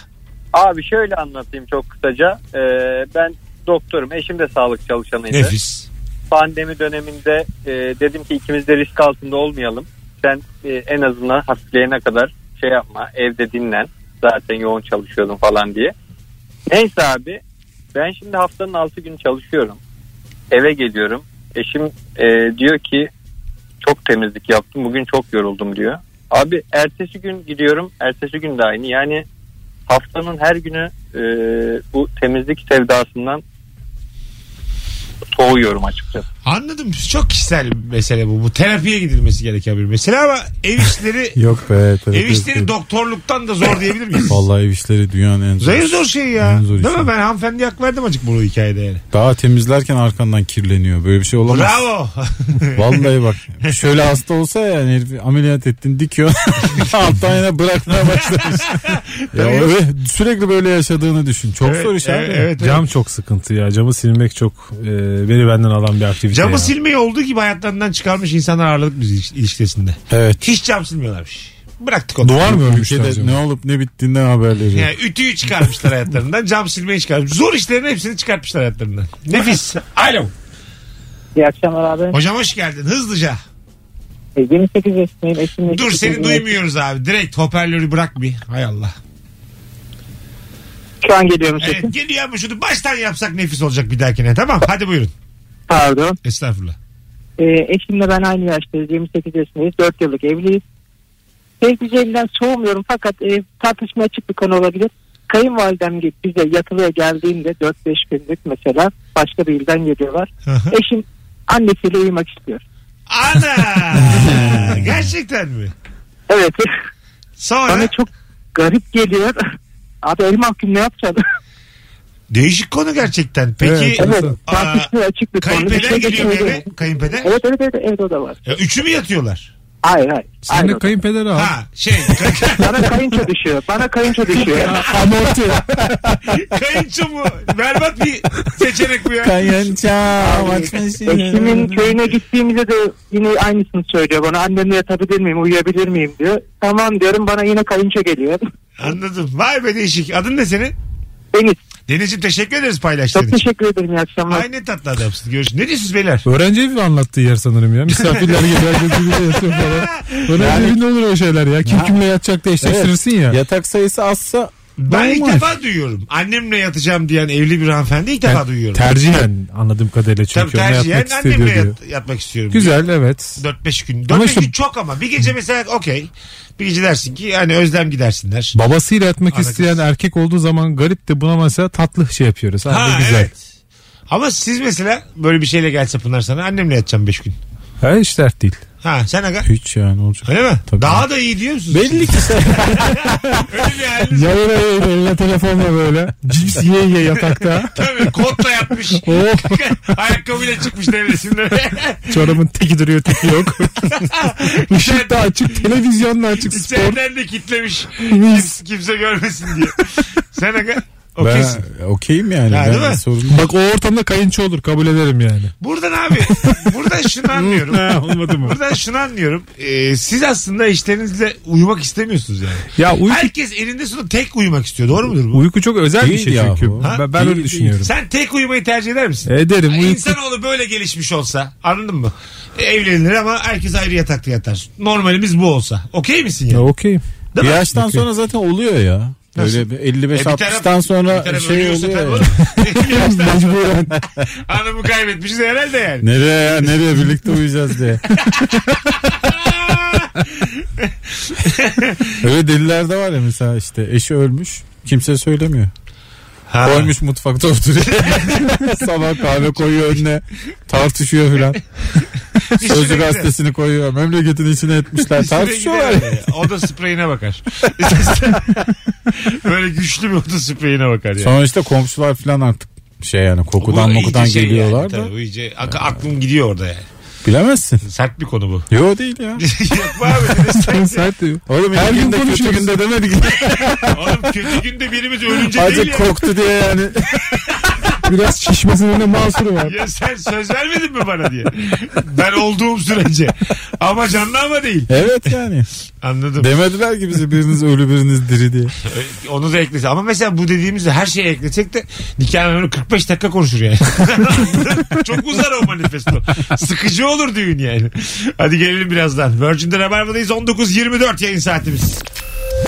[SPEAKER 18] Abi şöyle anlatayım çok kısaca. Ee, ben doktorum. Eşim de sağlık çalışanıydı.
[SPEAKER 3] Nefis.
[SPEAKER 18] Pandemi döneminde e, dedim ki ikimiz de risk altında olmayalım. Sen e, en azından hafifleyene kadar şey yapma evde dinlen. Zaten yoğun çalışıyordum falan diye. Neyse abi ben şimdi haftanın 6 günü çalışıyorum. Eve geliyorum. Eşim e, diyor ki çok temizlik yaptım. Bugün çok yoruldum diyor. Abi ertesi gün gidiyorum. Ertesi gün de aynı. Yani haftanın her günü e, bu temizlik sevdasından soğuyorum açıkçası.
[SPEAKER 3] Anladım. Çok kişisel bir mesele bu. Bu terapiye gidilmesi gereken bir mesele ama ev işleri
[SPEAKER 4] Yok be. tabii
[SPEAKER 3] ev işleri
[SPEAKER 4] ki.
[SPEAKER 3] doktorluktan da zor diyebilir miyiz?
[SPEAKER 4] Vallahi ev işleri dünyanın en zor.
[SPEAKER 3] Zor zor şey ya.
[SPEAKER 4] En zor
[SPEAKER 3] Değil
[SPEAKER 4] işi.
[SPEAKER 3] mi? Ben hanımefendiye hak verdim acık bu hikayede yani.
[SPEAKER 4] Daha temizlerken arkandan kirleniyor. Böyle bir şey olamaz.
[SPEAKER 3] Bravo.
[SPEAKER 4] Vallahi bak. Şöyle hasta olsa yani herifi ameliyat ettin dikiyor. Alttan yana bırakmaya başlamış. ya
[SPEAKER 5] Tabii.
[SPEAKER 4] öyle sürekli böyle yaşadığını düşün. Çok
[SPEAKER 5] Evet,
[SPEAKER 4] zor iş abi.
[SPEAKER 5] evet, evet, Cam çok sıkıntı ya. Camı silmek çok e, beni benden alan bir aktivite.
[SPEAKER 3] Camı
[SPEAKER 5] ya.
[SPEAKER 3] silmeyi olduğu gibi hayatlarından çıkarmış insanlar ağırlık biz iliş- ilişkisinde.
[SPEAKER 4] Evet.
[SPEAKER 3] Hiç cam silmiyorlarmış. Bıraktık onu.
[SPEAKER 4] Duvar mı örmüşler? Ne olup ne bittiğinden haberleri. yok.
[SPEAKER 3] Yani ütüyü çıkarmışlar hayatlarından. Cam silmeyi çıkarmış. Zor işlerin hepsini çıkartmışlar hayatlarından. Nefis. Alo.
[SPEAKER 19] İyi akşamlar abi.
[SPEAKER 3] Hocam hoş geldin. Hızlıca.
[SPEAKER 19] E, 28 yaşındayım. Eşimle
[SPEAKER 3] Dur seni duymuyoruz abi. Direkt hoparlörü bırak bir. Hay Allah.
[SPEAKER 19] Şu an geliyorum
[SPEAKER 3] Evet geliyor ama şunu baştan yapsak nefis olacak bir dahakine. Tamam hadi buyurun.
[SPEAKER 19] Pardon.
[SPEAKER 3] Estağfurullah.
[SPEAKER 19] E, eşimle ben aynı yaştayız. 28 yaşındayız. 4 yıllık evliyiz. Sevgiciliğinden soğumuyorum fakat e, tartışma açık bir konu olabilir. Kayınvalidem gibi bize yatılıya geldiğinde 4-5 günlük mesela başka bir ilden geliyorlar. Eşim annesiyle uyumak istiyor.
[SPEAKER 3] Ana! Gerçekten mi?
[SPEAKER 19] Evet.
[SPEAKER 3] Sonra?
[SPEAKER 19] Bana çok garip geliyor. Abi el mahkum ne yapacağım?
[SPEAKER 3] Değişik konu gerçekten. Peki
[SPEAKER 19] Evet, evet.
[SPEAKER 3] aa,
[SPEAKER 19] Tartışmaya açık bir konu. Bir
[SPEAKER 3] kayınpeder
[SPEAKER 19] şey
[SPEAKER 3] geliyor
[SPEAKER 19] geçemedim.
[SPEAKER 3] eve. Kayınpeder.
[SPEAKER 19] Evet evet evet, evet o da var.
[SPEAKER 3] Ya, üçü mü yatıyorlar?
[SPEAKER 19] Hayır hayır.
[SPEAKER 5] Sen de kayınpederi al.
[SPEAKER 3] Ha şey.
[SPEAKER 19] Bana kayınço düşüyor. Bana kayınço düşüyor.
[SPEAKER 5] Amorti.
[SPEAKER 3] Kayınço mu? Berbat bir seçenek bu ya.
[SPEAKER 19] Eşimin köyüne gittiğimizde de yine aynısını söylüyor bana. Annemle yatabilir miyim, uyuyabilir miyim diyor. Tamam diyorum bana yine kayınço geliyor.
[SPEAKER 3] Anladım. Vay be değişik. Adın ne senin?
[SPEAKER 19] Deniz.
[SPEAKER 3] Deniz'ciğim teşekkür ederiz paylaştığın
[SPEAKER 19] Çok
[SPEAKER 3] için.
[SPEAKER 19] teşekkür ederim iyi akşamlar.
[SPEAKER 3] Ay ne tatlı adamsın. Görüşürüz. Ne diyorsunuz beyler?
[SPEAKER 5] Öğrenci evi anlattığı yer sanırım ya. Misafirler geliyor. Gözümüzde yatıyor falan. Öğrenci
[SPEAKER 4] Yani-
[SPEAKER 5] evinde olur o şeyler ya. Kim kimle yatacak da eşleştirirsin ya.
[SPEAKER 4] Yatak sayısı azsa
[SPEAKER 3] Ben ilk defa duyuyorum. Annemle yatacağım diyen evli bir hanımefendi ilk defa duyuyorum.
[SPEAKER 5] Tercihen anladığım kadarıyla
[SPEAKER 3] Tabii
[SPEAKER 5] çünkü onunla
[SPEAKER 3] tercihen
[SPEAKER 5] yatmak istediyor
[SPEAKER 3] annemle
[SPEAKER 5] diyor.
[SPEAKER 3] yat- yatmak istiyorum.
[SPEAKER 5] Güzel evet.
[SPEAKER 3] 4-5 gün.
[SPEAKER 5] Ama
[SPEAKER 3] 4-5
[SPEAKER 5] işte-
[SPEAKER 3] gün çok ama. Bir gece mesela okey. Bir gece dersin ki hani özlem gidersinler.
[SPEAKER 5] Babasıyla yatmak
[SPEAKER 3] Ana
[SPEAKER 5] isteyen erkek olduğu zaman garip de buna mesela tatlı şey yapıyoruz. Ha,
[SPEAKER 3] Ha,
[SPEAKER 5] ne güzel.
[SPEAKER 3] evet. Ama siz mesela böyle bir şeyle gelse Pınar sana annemle yatacağım 5 gün.
[SPEAKER 5] Ha, hiç dert değil.
[SPEAKER 3] Ha sen aga.
[SPEAKER 4] Hiç yani olacak.
[SPEAKER 3] Öyle mi? Daha da iyi diyor musunuz? Belli
[SPEAKER 5] ki sen.
[SPEAKER 3] Öyle bir haliniz var.
[SPEAKER 5] Yayın yayın eline telefonla böyle. Cips yiye yiye yatakta.
[SPEAKER 3] Tabii kotla yatmış.
[SPEAKER 5] Oh.
[SPEAKER 3] Ayakkabıyla çıkmış devresinden.
[SPEAKER 5] Çorabın teki duruyor teki yok. Işık da açık. Televizyon da açık. Spor.
[SPEAKER 3] İçeriden de kitlemiş.
[SPEAKER 5] Mis.
[SPEAKER 3] Kimse görmesin diye. Sen aga. Okeysin.
[SPEAKER 4] Ben okeyim yani.
[SPEAKER 3] Ha, değil
[SPEAKER 4] ben
[SPEAKER 3] mi?
[SPEAKER 4] sorun
[SPEAKER 5] Bak o ortamda kayınço olur kabul ederim yani.
[SPEAKER 3] Buradan abi buradan şunu anlıyorum.
[SPEAKER 5] Ha, olmadı mı?
[SPEAKER 3] Buradan şunu anlıyorum. Ee, siz aslında eşlerinizle uyumak istemiyorsunuz yani.
[SPEAKER 5] Ya uyku-
[SPEAKER 3] Herkes elinde sonunda tek uyumak istiyor. Doğru mudur bu?
[SPEAKER 5] Uyku çok özel bir
[SPEAKER 4] Değil
[SPEAKER 5] şey
[SPEAKER 4] yahu.
[SPEAKER 5] çünkü.
[SPEAKER 3] Ha?
[SPEAKER 5] Ben, ben öyle düşünüyorum.
[SPEAKER 3] Sen tek uyumayı tercih eder misin?
[SPEAKER 5] Ederim. Uyku-
[SPEAKER 3] İnsanoğlu böyle gelişmiş olsa anladın mı? E, Evlenilir ama herkes ayrı yatakta yatar. Normalimiz bu olsa. Okey misin yani?
[SPEAKER 5] Ya, Okeyim.
[SPEAKER 3] Değil
[SPEAKER 4] bir
[SPEAKER 3] mi?
[SPEAKER 4] yaştan sonra zaten oluyor ya.
[SPEAKER 3] Nasıl?
[SPEAKER 4] Böyle bir
[SPEAKER 3] E, bir
[SPEAKER 4] 55-60'tan
[SPEAKER 3] taraf- bir
[SPEAKER 4] sonra
[SPEAKER 3] taraf
[SPEAKER 4] şey
[SPEAKER 3] ölüyorsa
[SPEAKER 4] oluyor.
[SPEAKER 3] tabii
[SPEAKER 4] ya.
[SPEAKER 3] oğlum. Bir yaştan sonra- Hanımı kaybetmişiz herhalde yani.
[SPEAKER 4] Nereye ya nereye birlikte uyuyacağız diye. Öyle deliler de var ya mesela işte eşi ölmüş kimse söylemiyor. Koymuş mutfakta oturuyor. Sabah kahve koyuyor önüne. Tartışıyor filan. Sözcü
[SPEAKER 3] gider.
[SPEAKER 4] gazetesini koyuyor. Memleketin içine etmişler.
[SPEAKER 3] İşine
[SPEAKER 4] Tartışıyorlar.
[SPEAKER 3] gider yani. O da spreyine bakar. Böyle güçlü bir oda spreyine bakar yani.
[SPEAKER 4] Sonra işte komşular filan artık şey yani kokudan
[SPEAKER 3] Bu iyice
[SPEAKER 4] mokudan
[SPEAKER 3] şey
[SPEAKER 4] geliyorlar
[SPEAKER 3] yani,
[SPEAKER 4] da.
[SPEAKER 3] tabii, bu iyice ak- aklım gidiyor orada yani.
[SPEAKER 4] Bilemezsin.
[SPEAKER 3] Sert bir konu bu.
[SPEAKER 4] Yo değil ya.
[SPEAKER 3] Yok be abi. ne sert?
[SPEAKER 5] Sert diyor.
[SPEAKER 4] Oğlum
[SPEAKER 5] Her
[SPEAKER 4] iyi
[SPEAKER 5] gün
[SPEAKER 4] günde kötü
[SPEAKER 5] konuşuyoruz.
[SPEAKER 4] günde demedik.
[SPEAKER 3] Oğlum kötü günde birimiz ölünce değil
[SPEAKER 4] Azıcık
[SPEAKER 3] ya.
[SPEAKER 4] koktu diye yani.
[SPEAKER 5] Biraz şişmesinin önüne mahsuru var.
[SPEAKER 3] Ya sen söz vermedin mi bana diye. Ben olduğum sürece. Ama canlı ama değil.
[SPEAKER 4] Evet yani.
[SPEAKER 3] Anladım. E,
[SPEAKER 4] Demediler ki bize biriniz ölü biriniz diri diye.
[SPEAKER 3] Onu da eklese. Ama mesela bu dediğimizde her şeyi eklesek de nikah memuru 45 dakika konuşur yani. Çok uzar o manifesto. Sıkıcı olur düğün yani. Hadi gelelim birazdan. Virgin'de Rabarba'dayız. 19.24 yayın saatimiz.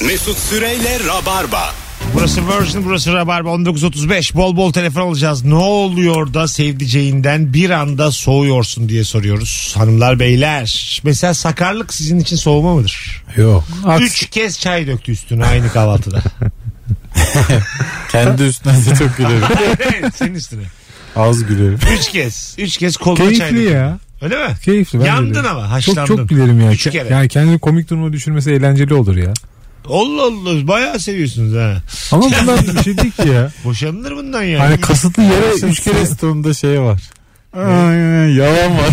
[SPEAKER 2] Mesut Süreyle Rabarba.
[SPEAKER 3] Burası Virgin, burası Rabarba 19.35. Bol bol telefon alacağız. Ne oluyor da sevdiceğinden bir anda soğuyorsun diye soruyoruz. Hanımlar, beyler. Mesela sakarlık sizin için soğuma mıdır?
[SPEAKER 4] Yok.
[SPEAKER 3] Üç kez çay döktü üstüne aynı kahvaltıda.
[SPEAKER 4] Kendi üstüne de çok gülerim.
[SPEAKER 3] Senin üstüne.
[SPEAKER 4] Az gülüyorum.
[SPEAKER 3] Üç kez. Üç kez koluna çay
[SPEAKER 5] Keyifli
[SPEAKER 3] döküldü.
[SPEAKER 5] ya.
[SPEAKER 3] Öyle mi?
[SPEAKER 5] Keyifli. ben de
[SPEAKER 3] Yandın
[SPEAKER 5] gülerim.
[SPEAKER 3] ama, haşlandın.
[SPEAKER 5] Çok çok gülerim ya.
[SPEAKER 3] Üç kere.
[SPEAKER 5] Yani kendini komik duruma düşürmesi eğlenceli olur ya.
[SPEAKER 3] Allah Allah bayağı seviyorsunuz ha.
[SPEAKER 5] Ama bunlar bir şey değil ki ya.
[SPEAKER 3] Boşanılır bundan yani.
[SPEAKER 5] Hani kasıtlı yere
[SPEAKER 4] Üç kere stonda şey var.
[SPEAKER 5] Ay, ay, yalan var.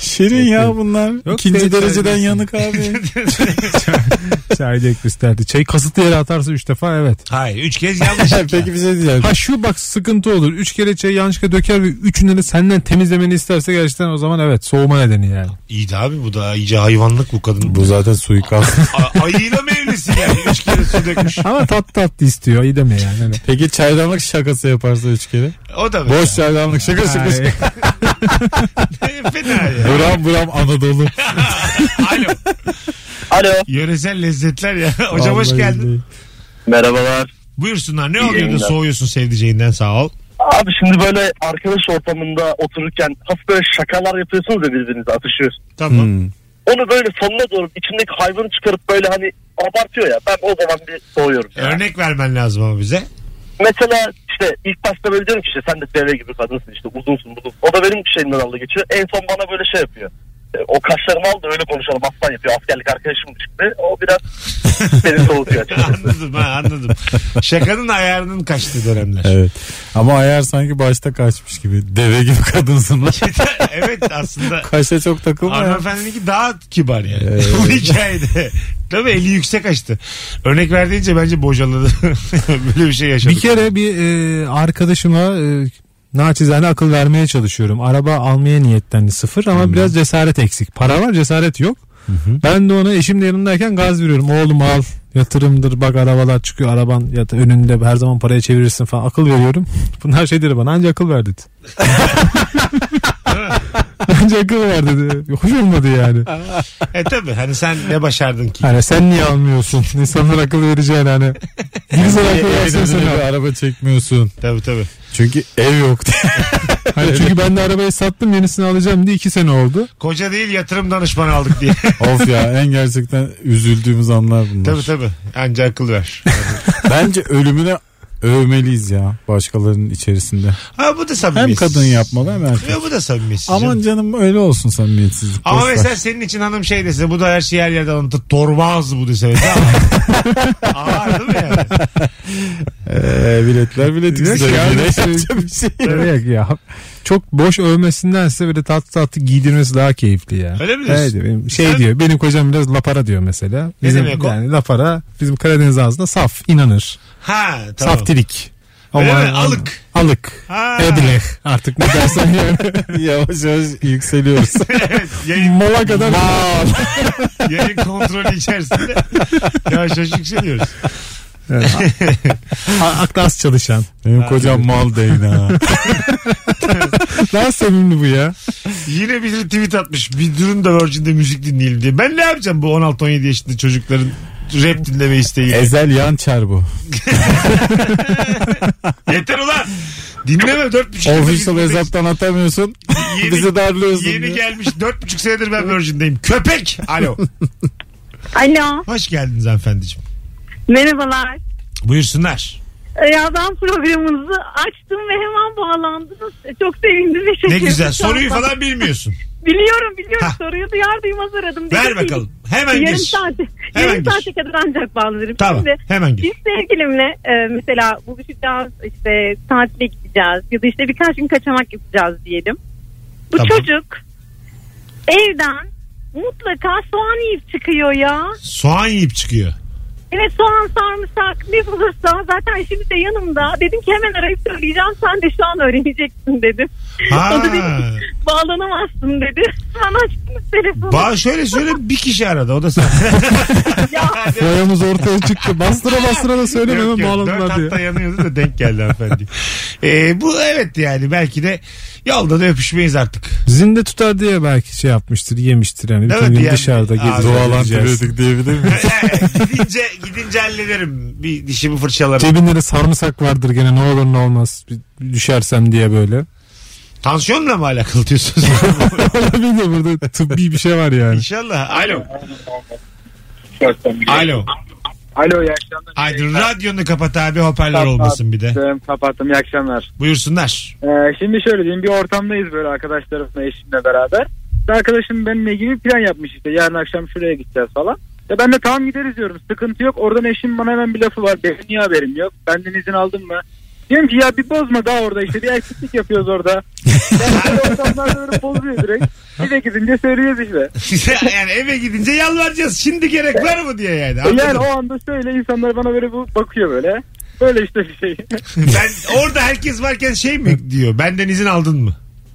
[SPEAKER 4] Şirin ya bunlar.
[SPEAKER 5] Yok,
[SPEAKER 4] İkinci
[SPEAKER 5] şey-
[SPEAKER 4] dereceden
[SPEAKER 5] şey-
[SPEAKER 4] yanık abi.
[SPEAKER 5] Çayda eklisterdi. Çayı kasıtlı yere atarsa üç defa evet.
[SPEAKER 3] Hayır üç kez yanlış.
[SPEAKER 4] Peki bir şey diyeceğim.
[SPEAKER 5] Ha şu bak sıkıntı olur. Üç kere çayı yanlışlıkla döker ve üçünü de senden temizlemeni isterse gerçekten o zaman evet soğuma nedeni yani.
[SPEAKER 3] İyi de abi bu da iyice hayvanlık bu kadın.
[SPEAKER 4] Bu zaten suikast.
[SPEAKER 3] A- ayıyla mı evlisin yani? Üç kere su dökmüş.
[SPEAKER 5] Ama tat tatlı istiyor. İyi deme yani. Öyle.
[SPEAKER 4] Peki çaydanlık şakası yaparsa üç kere.
[SPEAKER 3] O da mesela.
[SPEAKER 4] Boş çaydanlık şakası.
[SPEAKER 5] Ay.
[SPEAKER 4] şakası.
[SPEAKER 3] Fena ya.
[SPEAKER 4] buram buram Anadolu.
[SPEAKER 3] Alo.
[SPEAKER 20] Alo.
[SPEAKER 3] Yöresel lezzetler ya. Hocam hoş
[SPEAKER 4] Vallahi
[SPEAKER 3] geldin.
[SPEAKER 4] billahi.
[SPEAKER 20] Merhabalar.
[SPEAKER 3] Buyursunlar. Ne
[SPEAKER 20] İyi
[SPEAKER 3] oluyor da
[SPEAKER 20] yayınlar.
[SPEAKER 3] soğuyorsun sevdiceğinden sağ ol.
[SPEAKER 20] Abi şimdi böyle arkadaş ortamında otururken hafif böyle şakalar yapıyorsunuz ya birbirinize atışıyorsunuz.
[SPEAKER 3] Tamam.
[SPEAKER 5] Hmm.
[SPEAKER 20] Onu böyle sonuna doğru içindeki hayvanı çıkarıp böyle hani abartıyor ya. Ben o zaman bir soğuyorum.
[SPEAKER 3] Örnek vermen lazım ama bize.
[SPEAKER 20] Mesela işte ilk başta böyle diyorum ki işte sen de deve gibi kadınsın işte uzunsun uzun. O da benim şeyimden dalga geçiyor. En son bana böyle şey yapıyor. E, O kaşlarımı al da öyle konuşalım aslan yapıyor. Askerlik arkadaşım çıktı. O biraz beni soğutuyor açıkçası.
[SPEAKER 3] anladım ha anladım. Şakanın ayarının kaçtığı dönemler.
[SPEAKER 4] Evet. Ama ayar sanki başta kaçmış gibi. Deve gibi kadınsın. lan.
[SPEAKER 3] evet aslında
[SPEAKER 4] Kaşa çok takılma ya.
[SPEAKER 3] hanımefendinin daha kibar yani.
[SPEAKER 4] Evet.
[SPEAKER 3] Bu hikayede. Tabii eli yüksek açtı. Örnek verdiğince bence bocaladı. Böyle bir şey yaşadık.
[SPEAKER 5] Bir kere bir e, arkadaşıma e, naçizane akıl vermeye çalışıyorum. Araba almaya niyetlendi sıfır ama biraz cesaret eksik. Para var cesaret yok. Ben de ona eşim de yanındayken gaz veriyorum. Oğlum al yatırımdır bak arabalar çıkıyor araban ya da önünde her zaman paraya çevirirsin falan akıl veriyorum. Bunlar şey dedi bana anca akıl ver dedi. anca akıl ver dedi. Hoş olmadı yani.
[SPEAKER 3] E tabii hani sen ne başardın ki?
[SPEAKER 5] Hani sen niye almıyorsun? İnsanlara akıl vereceğin hani. Bir sana akıl
[SPEAKER 4] Evin
[SPEAKER 5] versin
[SPEAKER 4] önüne
[SPEAKER 5] sana.
[SPEAKER 4] bir araba çekmiyorsun.
[SPEAKER 3] Tabii tabii.
[SPEAKER 4] Çünkü ev yok. diye.
[SPEAKER 5] Hani çünkü ben de arabayı sattım yenisini alacağım diye iki sene oldu.
[SPEAKER 3] Koca değil yatırım danışmanı aldık diye.
[SPEAKER 4] of ya en gerçekten üzüldüğümüz anlar bunlar.
[SPEAKER 3] tabii tabii. Anca akıl ver.
[SPEAKER 4] Bence ölümüne övmeliyiz ya başkalarının içerisinde.
[SPEAKER 3] Ha bu da samimiyetsiz.
[SPEAKER 4] Hem kadın yapmalı hem erkek.
[SPEAKER 3] Ya bu da samimiyetsiz.
[SPEAKER 4] Aman canım öyle olsun samimiyetsizlik.
[SPEAKER 3] Ama
[SPEAKER 4] Boş ver.
[SPEAKER 3] mesela senin için hanım şey dese bu da her şeyi her yerden anlatır. Torba ağzı bu dese. mesela. Ağır değil mi yani?
[SPEAKER 4] Ee, biletler bilet
[SPEAKER 5] Yok
[SPEAKER 4] ikisi de
[SPEAKER 5] ya,
[SPEAKER 4] öyle.
[SPEAKER 5] şey-
[SPEAKER 4] bir şey.
[SPEAKER 5] Evet ya. Çok boş övmesindense böyle tatlı tatlı giydirmesi daha keyifli ya.
[SPEAKER 3] Öyle mi diyorsun?
[SPEAKER 5] Evet, benim şey diyor. Benim kocam biraz lapara diyor mesela.
[SPEAKER 3] Ne
[SPEAKER 5] Bizim,
[SPEAKER 3] demek o?
[SPEAKER 5] Yani lapara bizim Karadeniz ağzında saf, inanır.
[SPEAKER 3] Ha tamam.
[SPEAKER 5] Saftirik.
[SPEAKER 3] Öyle
[SPEAKER 5] Ama-
[SPEAKER 3] mi? Alık.
[SPEAKER 5] Alık.
[SPEAKER 3] Ha.
[SPEAKER 5] Ebleh. Artık ne dersen yani.
[SPEAKER 4] Yavaş yavaş yükseliyoruz.
[SPEAKER 3] Yayın,
[SPEAKER 5] Mola kadar.
[SPEAKER 3] yayın kontrolü içerisinde şey yavaş yavaş yükseliyoruz.
[SPEAKER 5] A- Aklı az çalışan.
[SPEAKER 4] Benim kocam mal değil ha.
[SPEAKER 5] Daha sevimli bu ya.
[SPEAKER 3] Yine bir tweet atmış. Bir durun da Virgin'de müzik dinleyelim diye. Ben ne yapacağım bu 16-17 yaşında çocukların rap dinleme isteğiyle?
[SPEAKER 4] Ezel Yançer bu.
[SPEAKER 3] Yeter ulan. Dinleme 4,5
[SPEAKER 4] Official hesaptan atamıyorsun.
[SPEAKER 3] Yeni-
[SPEAKER 4] Bizi darlıyorsun.
[SPEAKER 3] Yeni
[SPEAKER 4] diye.
[SPEAKER 3] gelmiş 4,5 senedir ben Virgin'deyim. Köpek. Alo.
[SPEAKER 10] Alo.
[SPEAKER 3] Hoş geldiniz hanımefendiciğim.
[SPEAKER 10] Merhabalar.
[SPEAKER 3] Buyursunlar.
[SPEAKER 10] Ya ben programınızı E, açtım ve hemen bağlandınız. E, Çok sevindim ve
[SPEAKER 3] Ne
[SPEAKER 10] şaşırdım
[SPEAKER 3] güzel.
[SPEAKER 10] şu anda.
[SPEAKER 3] Soruyu falan bilmiyorsun.
[SPEAKER 10] Biliyorum biliyorum. Soruyu duyar duymaz aradım. Dedim
[SPEAKER 3] Ver
[SPEAKER 10] ki,
[SPEAKER 3] bakalım. Hemen
[SPEAKER 10] yarım
[SPEAKER 3] gir.
[SPEAKER 10] Saat,
[SPEAKER 3] Hemen
[SPEAKER 10] yarım
[SPEAKER 3] gir.
[SPEAKER 10] saate kadar ancak bağlanırım.
[SPEAKER 3] Tamam,
[SPEAKER 10] Şimdi
[SPEAKER 3] hemen gir.
[SPEAKER 10] Biz sevgilimle e, mesela buluşacağız işte tatile gideceğiz ya da işte birkaç gün kaçamak yapacağız diyelim. Bu
[SPEAKER 3] Tamam.
[SPEAKER 10] çocuk evden mutlaka soğan yiyip çıkıyor ya.
[SPEAKER 3] Soğan yiyip çıkıyor.
[SPEAKER 10] Evet soğan sarımsak ne bulursa zaten şimdi de yanımda. Dedim ki hemen arayıp söyleyeceğim sen de şu an öğreneceksin dedim.
[SPEAKER 3] Ha.
[SPEAKER 10] O da dedi ki, bağlanamazsın dedi. Ben açtım telefonu.
[SPEAKER 3] Ba şöyle söyle bir kişi aradı o da sen.
[SPEAKER 5] Rayamız ortaya çıktı. Bastıra bastıra da söyleme
[SPEAKER 3] Yok,
[SPEAKER 5] hemen
[SPEAKER 3] yok. Dört
[SPEAKER 5] bağlandılar diye.
[SPEAKER 3] hatta yanıyordu da denk geldi hanımefendi. Ee, bu evet yani belki de yolda da öpüşmeyiz artık.
[SPEAKER 5] Zinde tutar diye belki şey yapmıştır, yemiştir yani. Bütün
[SPEAKER 3] Evet,
[SPEAKER 5] gün
[SPEAKER 3] yani-
[SPEAKER 5] dışarıda
[SPEAKER 3] Abi,
[SPEAKER 5] gezip
[SPEAKER 3] doğal
[SPEAKER 5] gezeceğiz.
[SPEAKER 4] antibiyotik diyebilir miyim?
[SPEAKER 3] gidince gidince hallederim bir dişimi fırçalarım.
[SPEAKER 5] Cebinde de sarımsak vardır gene ne olur ne olmaz bir düşersem diye böyle.
[SPEAKER 3] Tansiyonla mı alakalı diyorsunuz?
[SPEAKER 5] Olabilir burada tıbbi bir şey var yani.
[SPEAKER 3] İnşallah. Alo. Alo.
[SPEAKER 21] Alo iyi akşamlar.
[SPEAKER 3] Aydın radyonu kapat abi hoparlör
[SPEAKER 21] Kapattım,
[SPEAKER 3] olmasın bir de.
[SPEAKER 21] Kapattım iyi akşamlar.
[SPEAKER 3] Buyursunlar.
[SPEAKER 21] Ee, şimdi şöyle diyeyim bir ortamdayız böyle arkadaşlarımla eşimle beraber. Bir arkadaşım benimle gibi plan yapmış işte yarın akşam şuraya gideceğiz falan. Ya ben de tamam gideriz diyorum sıkıntı yok. Oradan eşim bana hemen bir lafı var. Benim niye haberim yok? Benden izin aldın mı? Diyorum ki ya bir bozma daha orada işte bir eksiklik yapıyoruz orada. Yani böyle ortamlar böyle bozuyor direkt. Bir de gidince söylüyoruz işte.
[SPEAKER 3] yani eve gidince yalvaracağız. Şimdi gerek var mı diye yani.
[SPEAKER 21] E Yani
[SPEAKER 3] Anladın?
[SPEAKER 21] o anda şöyle insanlar bana böyle bu- bakıyor böyle. Böyle işte bir şey.
[SPEAKER 3] ben orada herkes varken şey mi diyor? Benden izin aldın mı?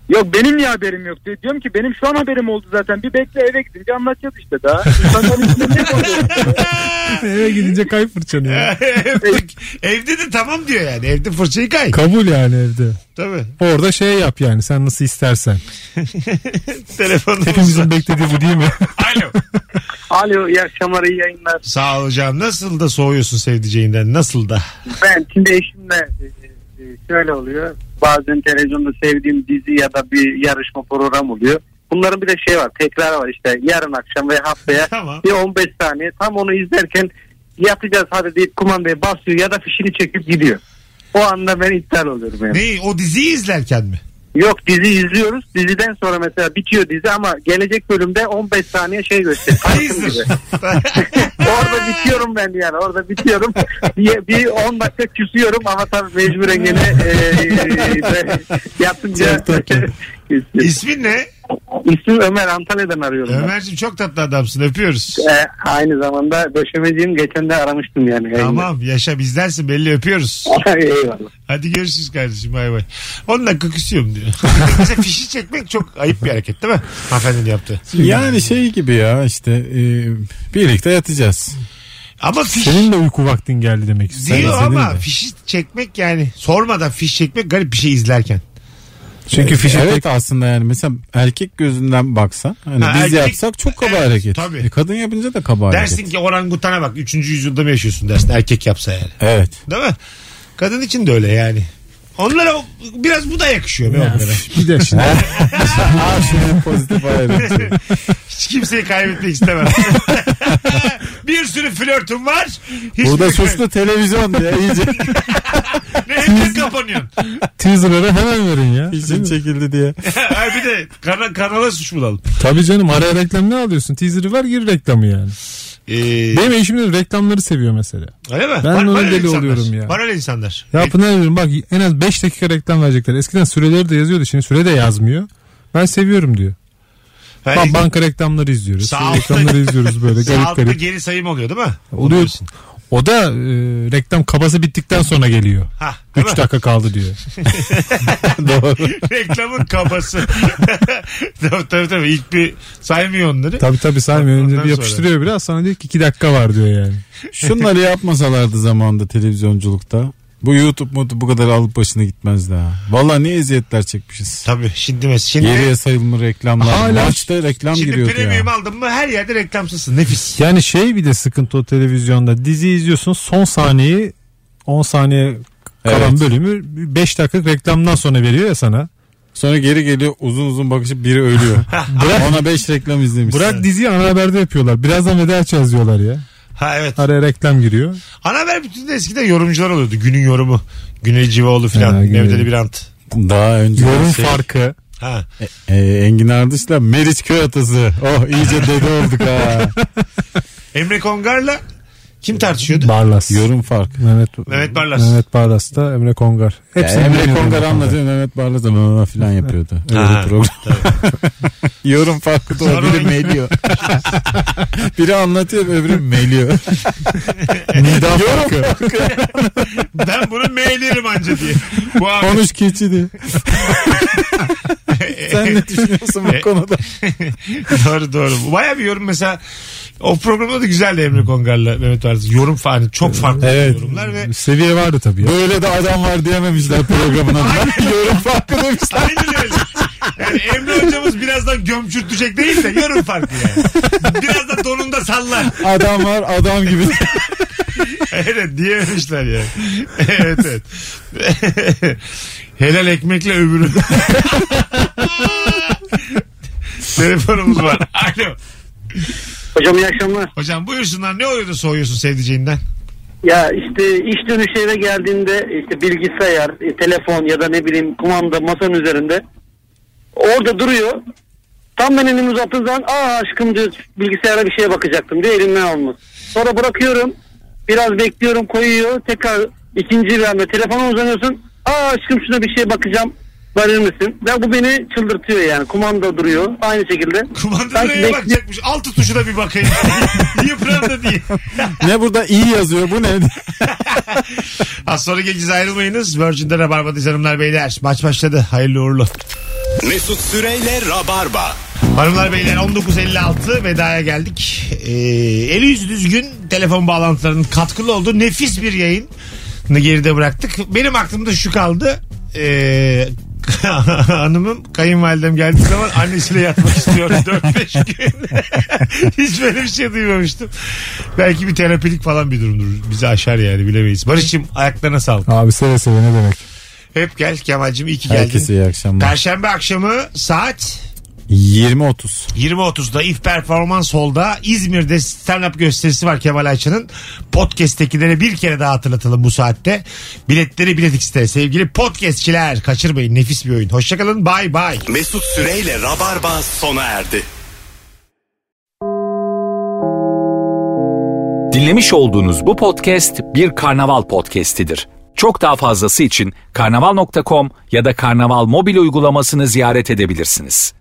[SPEAKER 21] Yok benim niye haberim yok diyor. Diyorum ki benim şu an haberim oldu zaten. Bir bekle eve gidince anlatacağız işte daha. İnsanların içinde ne konuşuyor?
[SPEAKER 5] Eve gidince kay fırçanı ya.
[SPEAKER 3] E evde de tamam diyor yani. Evde fırçayı kay.
[SPEAKER 5] Kabul yani evde.
[SPEAKER 3] Tabii.
[SPEAKER 5] Orada şey yap yani sen nasıl istersen.
[SPEAKER 3] Telefonumuz
[SPEAKER 5] Hepimizin beklediği bu değil mi?
[SPEAKER 22] Alo iyi akşamlar iyi yayınlar.
[SPEAKER 3] Sağ ol hocam. Nasıl da soğuyorsun sevdiceğinden? Nasıl da?
[SPEAKER 22] Ben şimdi eşimle e, e, şöyle oluyor. Bazen televizyonda sevdiğim dizi ya da bir yarışma program oluyor. Bunların bir de şey var tekrar var işte yarın akşam ve haftaya bir 15 saniye tam onu izlerken yatacağız hadi deyip kumandaya basıyor ya da fişini çekip gidiyor. O anda ben iptal oluyorum. Yani.
[SPEAKER 3] Neyi? O diziyi izlerken mi?
[SPEAKER 22] Yok dizi izliyoruz. Diziden sonra mesela bitiyor dizi ama gelecek bölümde 15 saniye şey gösteriyor. Tanıtım gibi. orada bitiyorum ben yani. Orada bitiyorum. bir, bir 10 dakika küsüyorum ama tabii mecburen gene e, e, yapınca.
[SPEAKER 3] İsmin ne?
[SPEAKER 22] İsmim Ömer Antalya'dan arıyorum. ben.
[SPEAKER 3] Ömer'cim çok tatlı adamsın. Öpüyoruz.
[SPEAKER 22] E, aynı zamanda döşemeciyim. Geçen de aramıştım yani. yayında.
[SPEAKER 3] Tamam yaşa bizdensin belli öpüyoruz.
[SPEAKER 22] Eyvallah.
[SPEAKER 3] Hadi görüşürüz kardeşim bay bay. 10 dakika küsüyorum diyor. Mesela fişi çekmek çok ayıp bir hareket değil mi? Hanımefendinin yaptığı.
[SPEAKER 4] Yani şey gibi ya işte e, birlikte yatacağız.
[SPEAKER 3] Ama fiş-
[SPEAKER 5] Senin de uyku vaktin geldi demek istiyorum.
[SPEAKER 3] Diyor
[SPEAKER 5] Senin
[SPEAKER 3] ama
[SPEAKER 5] de.
[SPEAKER 3] fişi çekmek yani sormadan fiş çekmek garip bir şey izlerken.
[SPEAKER 4] Çünkü
[SPEAKER 3] Ee,
[SPEAKER 4] fişe
[SPEAKER 3] evet.
[SPEAKER 4] evet aslında yani mesela erkek gözünden baksan hani
[SPEAKER 3] Ha,
[SPEAKER 4] biz
[SPEAKER 3] erkek-
[SPEAKER 4] yapsak çok kaba hareket.
[SPEAKER 3] tabii.
[SPEAKER 4] E, kadın yapınca da kaba hareket.
[SPEAKER 3] Dersin ki orangutana bak 3. yüzyılda mı yaşıyorsun dersin erkek yapsa yani.
[SPEAKER 4] Evet.
[SPEAKER 3] Değil mi? Kadın için de öyle yani. Onlara o- biraz bu da yakışıyor be onlara.
[SPEAKER 5] Bir de şimdi.
[SPEAKER 4] Aa, şimdi pozitif ayrıntı.
[SPEAKER 3] Hiç kimseyi kaybetmek istemem. bir sürü flörtüm var. Hiç
[SPEAKER 4] Burada
[SPEAKER 3] bir-
[SPEAKER 4] suçlu televizyon diye iyice
[SPEAKER 3] Ne hemen kapanıyorsun.
[SPEAKER 5] Teaser'ları hemen verin ya.
[SPEAKER 4] için çekildi diye.
[SPEAKER 3] Ha, bir de kana, kanala suç bulalım.
[SPEAKER 5] Tabii canım araya reklam ne alıyorsun? Teaser'ı ver gir reklamı yani.
[SPEAKER 3] Ee,
[SPEAKER 5] Benim eşim de reklamları seviyor mesela.
[SPEAKER 3] Öyle mi?
[SPEAKER 5] Ben
[SPEAKER 3] Var-
[SPEAKER 5] ona
[SPEAKER 3] var öyle
[SPEAKER 5] deli
[SPEAKER 3] insanlar.
[SPEAKER 5] oluyorum ya.
[SPEAKER 3] Var öyle insanlar.
[SPEAKER 5] Ya Pınar diyorum bak en az 5 dakika reklam verecekler. Eskiden süreleri de yazıyordu şimdi süre de yazmıyor. Ben seviyorum diyor.
[SPEAKER 3] Ha,
[SPEAKER 5] Bak banka reklamları izliyoruz.
[SPEAKER 3] Sağ
[SPEAKER 5] şey
[SPEAKER 3] altta-
[SPEAKER 5] reklamları izliyoruz böyle
[SPEAKER 3] Sağ
[SPEAKER 5] garip
[SPEAKER 3] altta
[SPEAKER 5] garip.
[SPEAKER 3] geri sayım oluyor değil mi?
[SPEAKER 5] Oluyor. O da e, reklam kabası bittikten sonra geliyor.
[SPEAKER 3] Ha, değil
[SPEAKER 5] 3
[SPEAKER 3] mi?
[SPEAKER 5] dakika kaldı diyor.
[SPEAKER 3] Reklamın kabası. tabii tabii tabii. İlk bir saymıyor onları.
[SPEAKER 5] Tabii tabii saymıyor. Önce
[SPEAKER 3] Ondan
[SPEAKER 5] bir
[SPEAKER 3] sonra.
[SPEAKER 5] yapıştırıyor biraz sonra diyor ki 2 dakika var diyor yani.
[SPEAKER 4] Şunları yapmasalardı zamanında televizyonculukta. Bu YouTube modu bu kadar alıp başına gitmezdi ha. Valla ne eziyetler çekmişiz.
[SPEAKER 3] Tabii şimdi mesela.
[SPEAKER 4] Geriye sayılma reklamlar.
[SPEAKER 5] Hala-
[SPEAKER 4] Maçta reklam
[SPEAKER 3] Şimdi
[SPEAKER 4] giriyordu ya.
[SPEAKER 3] premium aldın mı her yerde reklamsızsın. Nefis.
[SPEAKER 5] Yani şey bir de sıkıntı o televizyonda. Dizi izliyorsun son sahneyi 10 saniye kalan
[SPEAKER 4] Evet.
[SPEAKER 5] bölümü 5 dakikalık reklamdan sonra veriyor ya sana.
[SPEAKER 4] Sonra geri geliyor uzun uzun bakışıp biri ölüyor. Ona 5 reklam izlemiş.
[SPEAKER 5] Bırak diziyi ana haberde yapıyorlar. Birazdan veda edeceğiz diyorlar ya.
[SPEAKER 3] Ha evet.
[SPEAKER 5] Araya reklam giriyor.
[SPEAKER 3] Ana haber bütünde eskiden yorumcular oluyordu. Günün yorumu. Güney şey- Civaoğlu filan.
[SPEAKER 4] Ha, Güney.
[SPEAKER 3] Mevdeli Birant.
[SPEAKER 4] Daha önce
[SPEAKER 5] Yorum farkı.
[SPEAKER 3] Ha.
[SPEAKER 4] E, e, Engin Ardış'la Meriç Köy Atası. Oh iyice dede olduk ha.
[SPEAKER 3] Emre Kongar'la kim tartışıyordu?
[SPEAKER 5] Barlas.
[SPEAKER 4] Yorum farkı.
[SPEAKER 5] Mehmet,
[SPEAKER 3] Mehmet Barlas.
[SPEAKER 5] Mehmet Barlas da Emre Kongar.
[SPEAKER 4] Hepsi
[SPEAKER 5] Hepsini
[SPEAKER 4] Emre
[SPEAKER 5] biliyorum
[SPEAKER 4] Kongar
[SPEAKER 5] Kongar.
[SPEAKER 4] anlatıyor Mehmet Barlas da mama filan yapıyordu. Öyle
[SPEAKER 5] Ha,
[SPEAKER 4] bir program. Yorum farkı da o biri meliyor. biri anlatıyor öbürü meliyor.
[SPEAKER 5] Nida
[SPEAKER 4] Yorum
[SPEAKER 5] farkı.
[SPEAKER 3] ben bunu meylerim anca diye. Bu abi.
[SPEAKER 4] Konuş keçi diye. Sen ne düşünüyorsun bu konuda?
[SPEAKER 3] E, doğru doğru. Baya bir yorum mesela o programda da güzeldi Emre Kongar'la Mehmet Barlas. Yorum falan çok farklı
[SPEAKER 5] Evet.
[SPEAKER 3] yorumlar ve
[SPEAKER 5] Seviye vardı tabii. Ya.
[SPEAKER 4] Böyle de adam var diyememişler programın adına. Yorum farkı demişler.
[SPEAKER 3] Aynen öyle. Yani Emre hocamız birazdan gömçürtecek değil de yorum farkı yani. Biraz da donunda sallar.
[SPEAKER 4] Adam var adam gibi.
[SPEAKER 3] evet diyememişler yani. evet evet. Helal ekmekle öbürü. Telefonumuz var. Alo.
[SPEAKER 22] Hocam iyi akşamlar.
[SPEAKER 3] Hocam buyursunlar ne oluyor da soğuyorsun sevdiceğinden?
[SPEAKER 22] Ya işte iş dönüşü eve geldiğinde işte bilgisayar, e, telefon ya da ne bileyim kumanda masanın üzerinde orada duruyor. Tam ben elimi uzattığım zaman aa aşkım diyor bilgisayara bir şeye bakacaktım diyor elimden almış. Sonra bırakıyorum biraz bekliyorum koyuyor tekrar ikinci bir hamle telefona uzanıyorsun. Aa aşkım şuna bir şeye bakacağım verir misin? Ya bu beni çıldırtıyor yani kumanda duruyor aynı şekilde.
[SPEAKER 3] Kumanda
[SPEAKER 22] Sanki
[SPEAKER 3] Nereye
[SPEAKER 22] bekliyor.
[SPEAKER 3] bakacakmış? Altı tuşuna bir bakayım. Yıprandı diye.
[SPEAKER 4] ne burada iyi yazıyor bu ne?
[SPEAKER 3] Az sonra geleceğiz ayrılmayınız. Virgin'de Rabarba'dayız hanımlar beyler. Maç başladı. Hayırlı uğurlu.
[SPEAKER 5] Mesut Süreyle Rabarba.
[SPEAKER 3] Hanımlar beyler 19.56 vedaya geldik. Ee, eli yüzü düzgün telefon bağlantılarının katkılı olduğu nefis bir yayını geride bıraktık. Benim aklımda şu kaldı. Ee, hanımım kayınvalidem geldiği zaman annesiyle yatmak istiyor 4-5 gün. Hiç böyle bir şey duymamıştım. Belki bir terapilik falan bir durumdur. Bizi aşar yani bilemeyiz. Barış'cığım ayaklarına sağlık.
[SPEAKER 4] Abi seve seve ne demek?
[SPEAKER 3] Hep gel Kemal'cim iyi ki geldin.
[SPEAKER 4] Herkese iyi akşamlar.
[SPEAKER 3] Perşembe akşamı saat
[SPEAKER 4] 20.30.
[SPEAKER 3] 20.30'da If Performans Hall'da İzmir'de stand-up gösterisi var Kemal Ayça'nın. Podcast'tekilere bir kere daha hatırlatalım bu saatte. Biletleri Bilet X'te. Sevgili podcastçiler kaçırmayın nefis bir oyun. Hoşçakalın bay bay.
[SPEAKER 5] Mesut Süreyle Rabarba sona erdi.
[SPEAKER 1] Dinlemiş olduğunuz bu podcast bir karnaval podcastidir. Çok daha fazlası için karnaval.com ya da karnaval mobil uygulamasını ziyaret edebilirsiniz.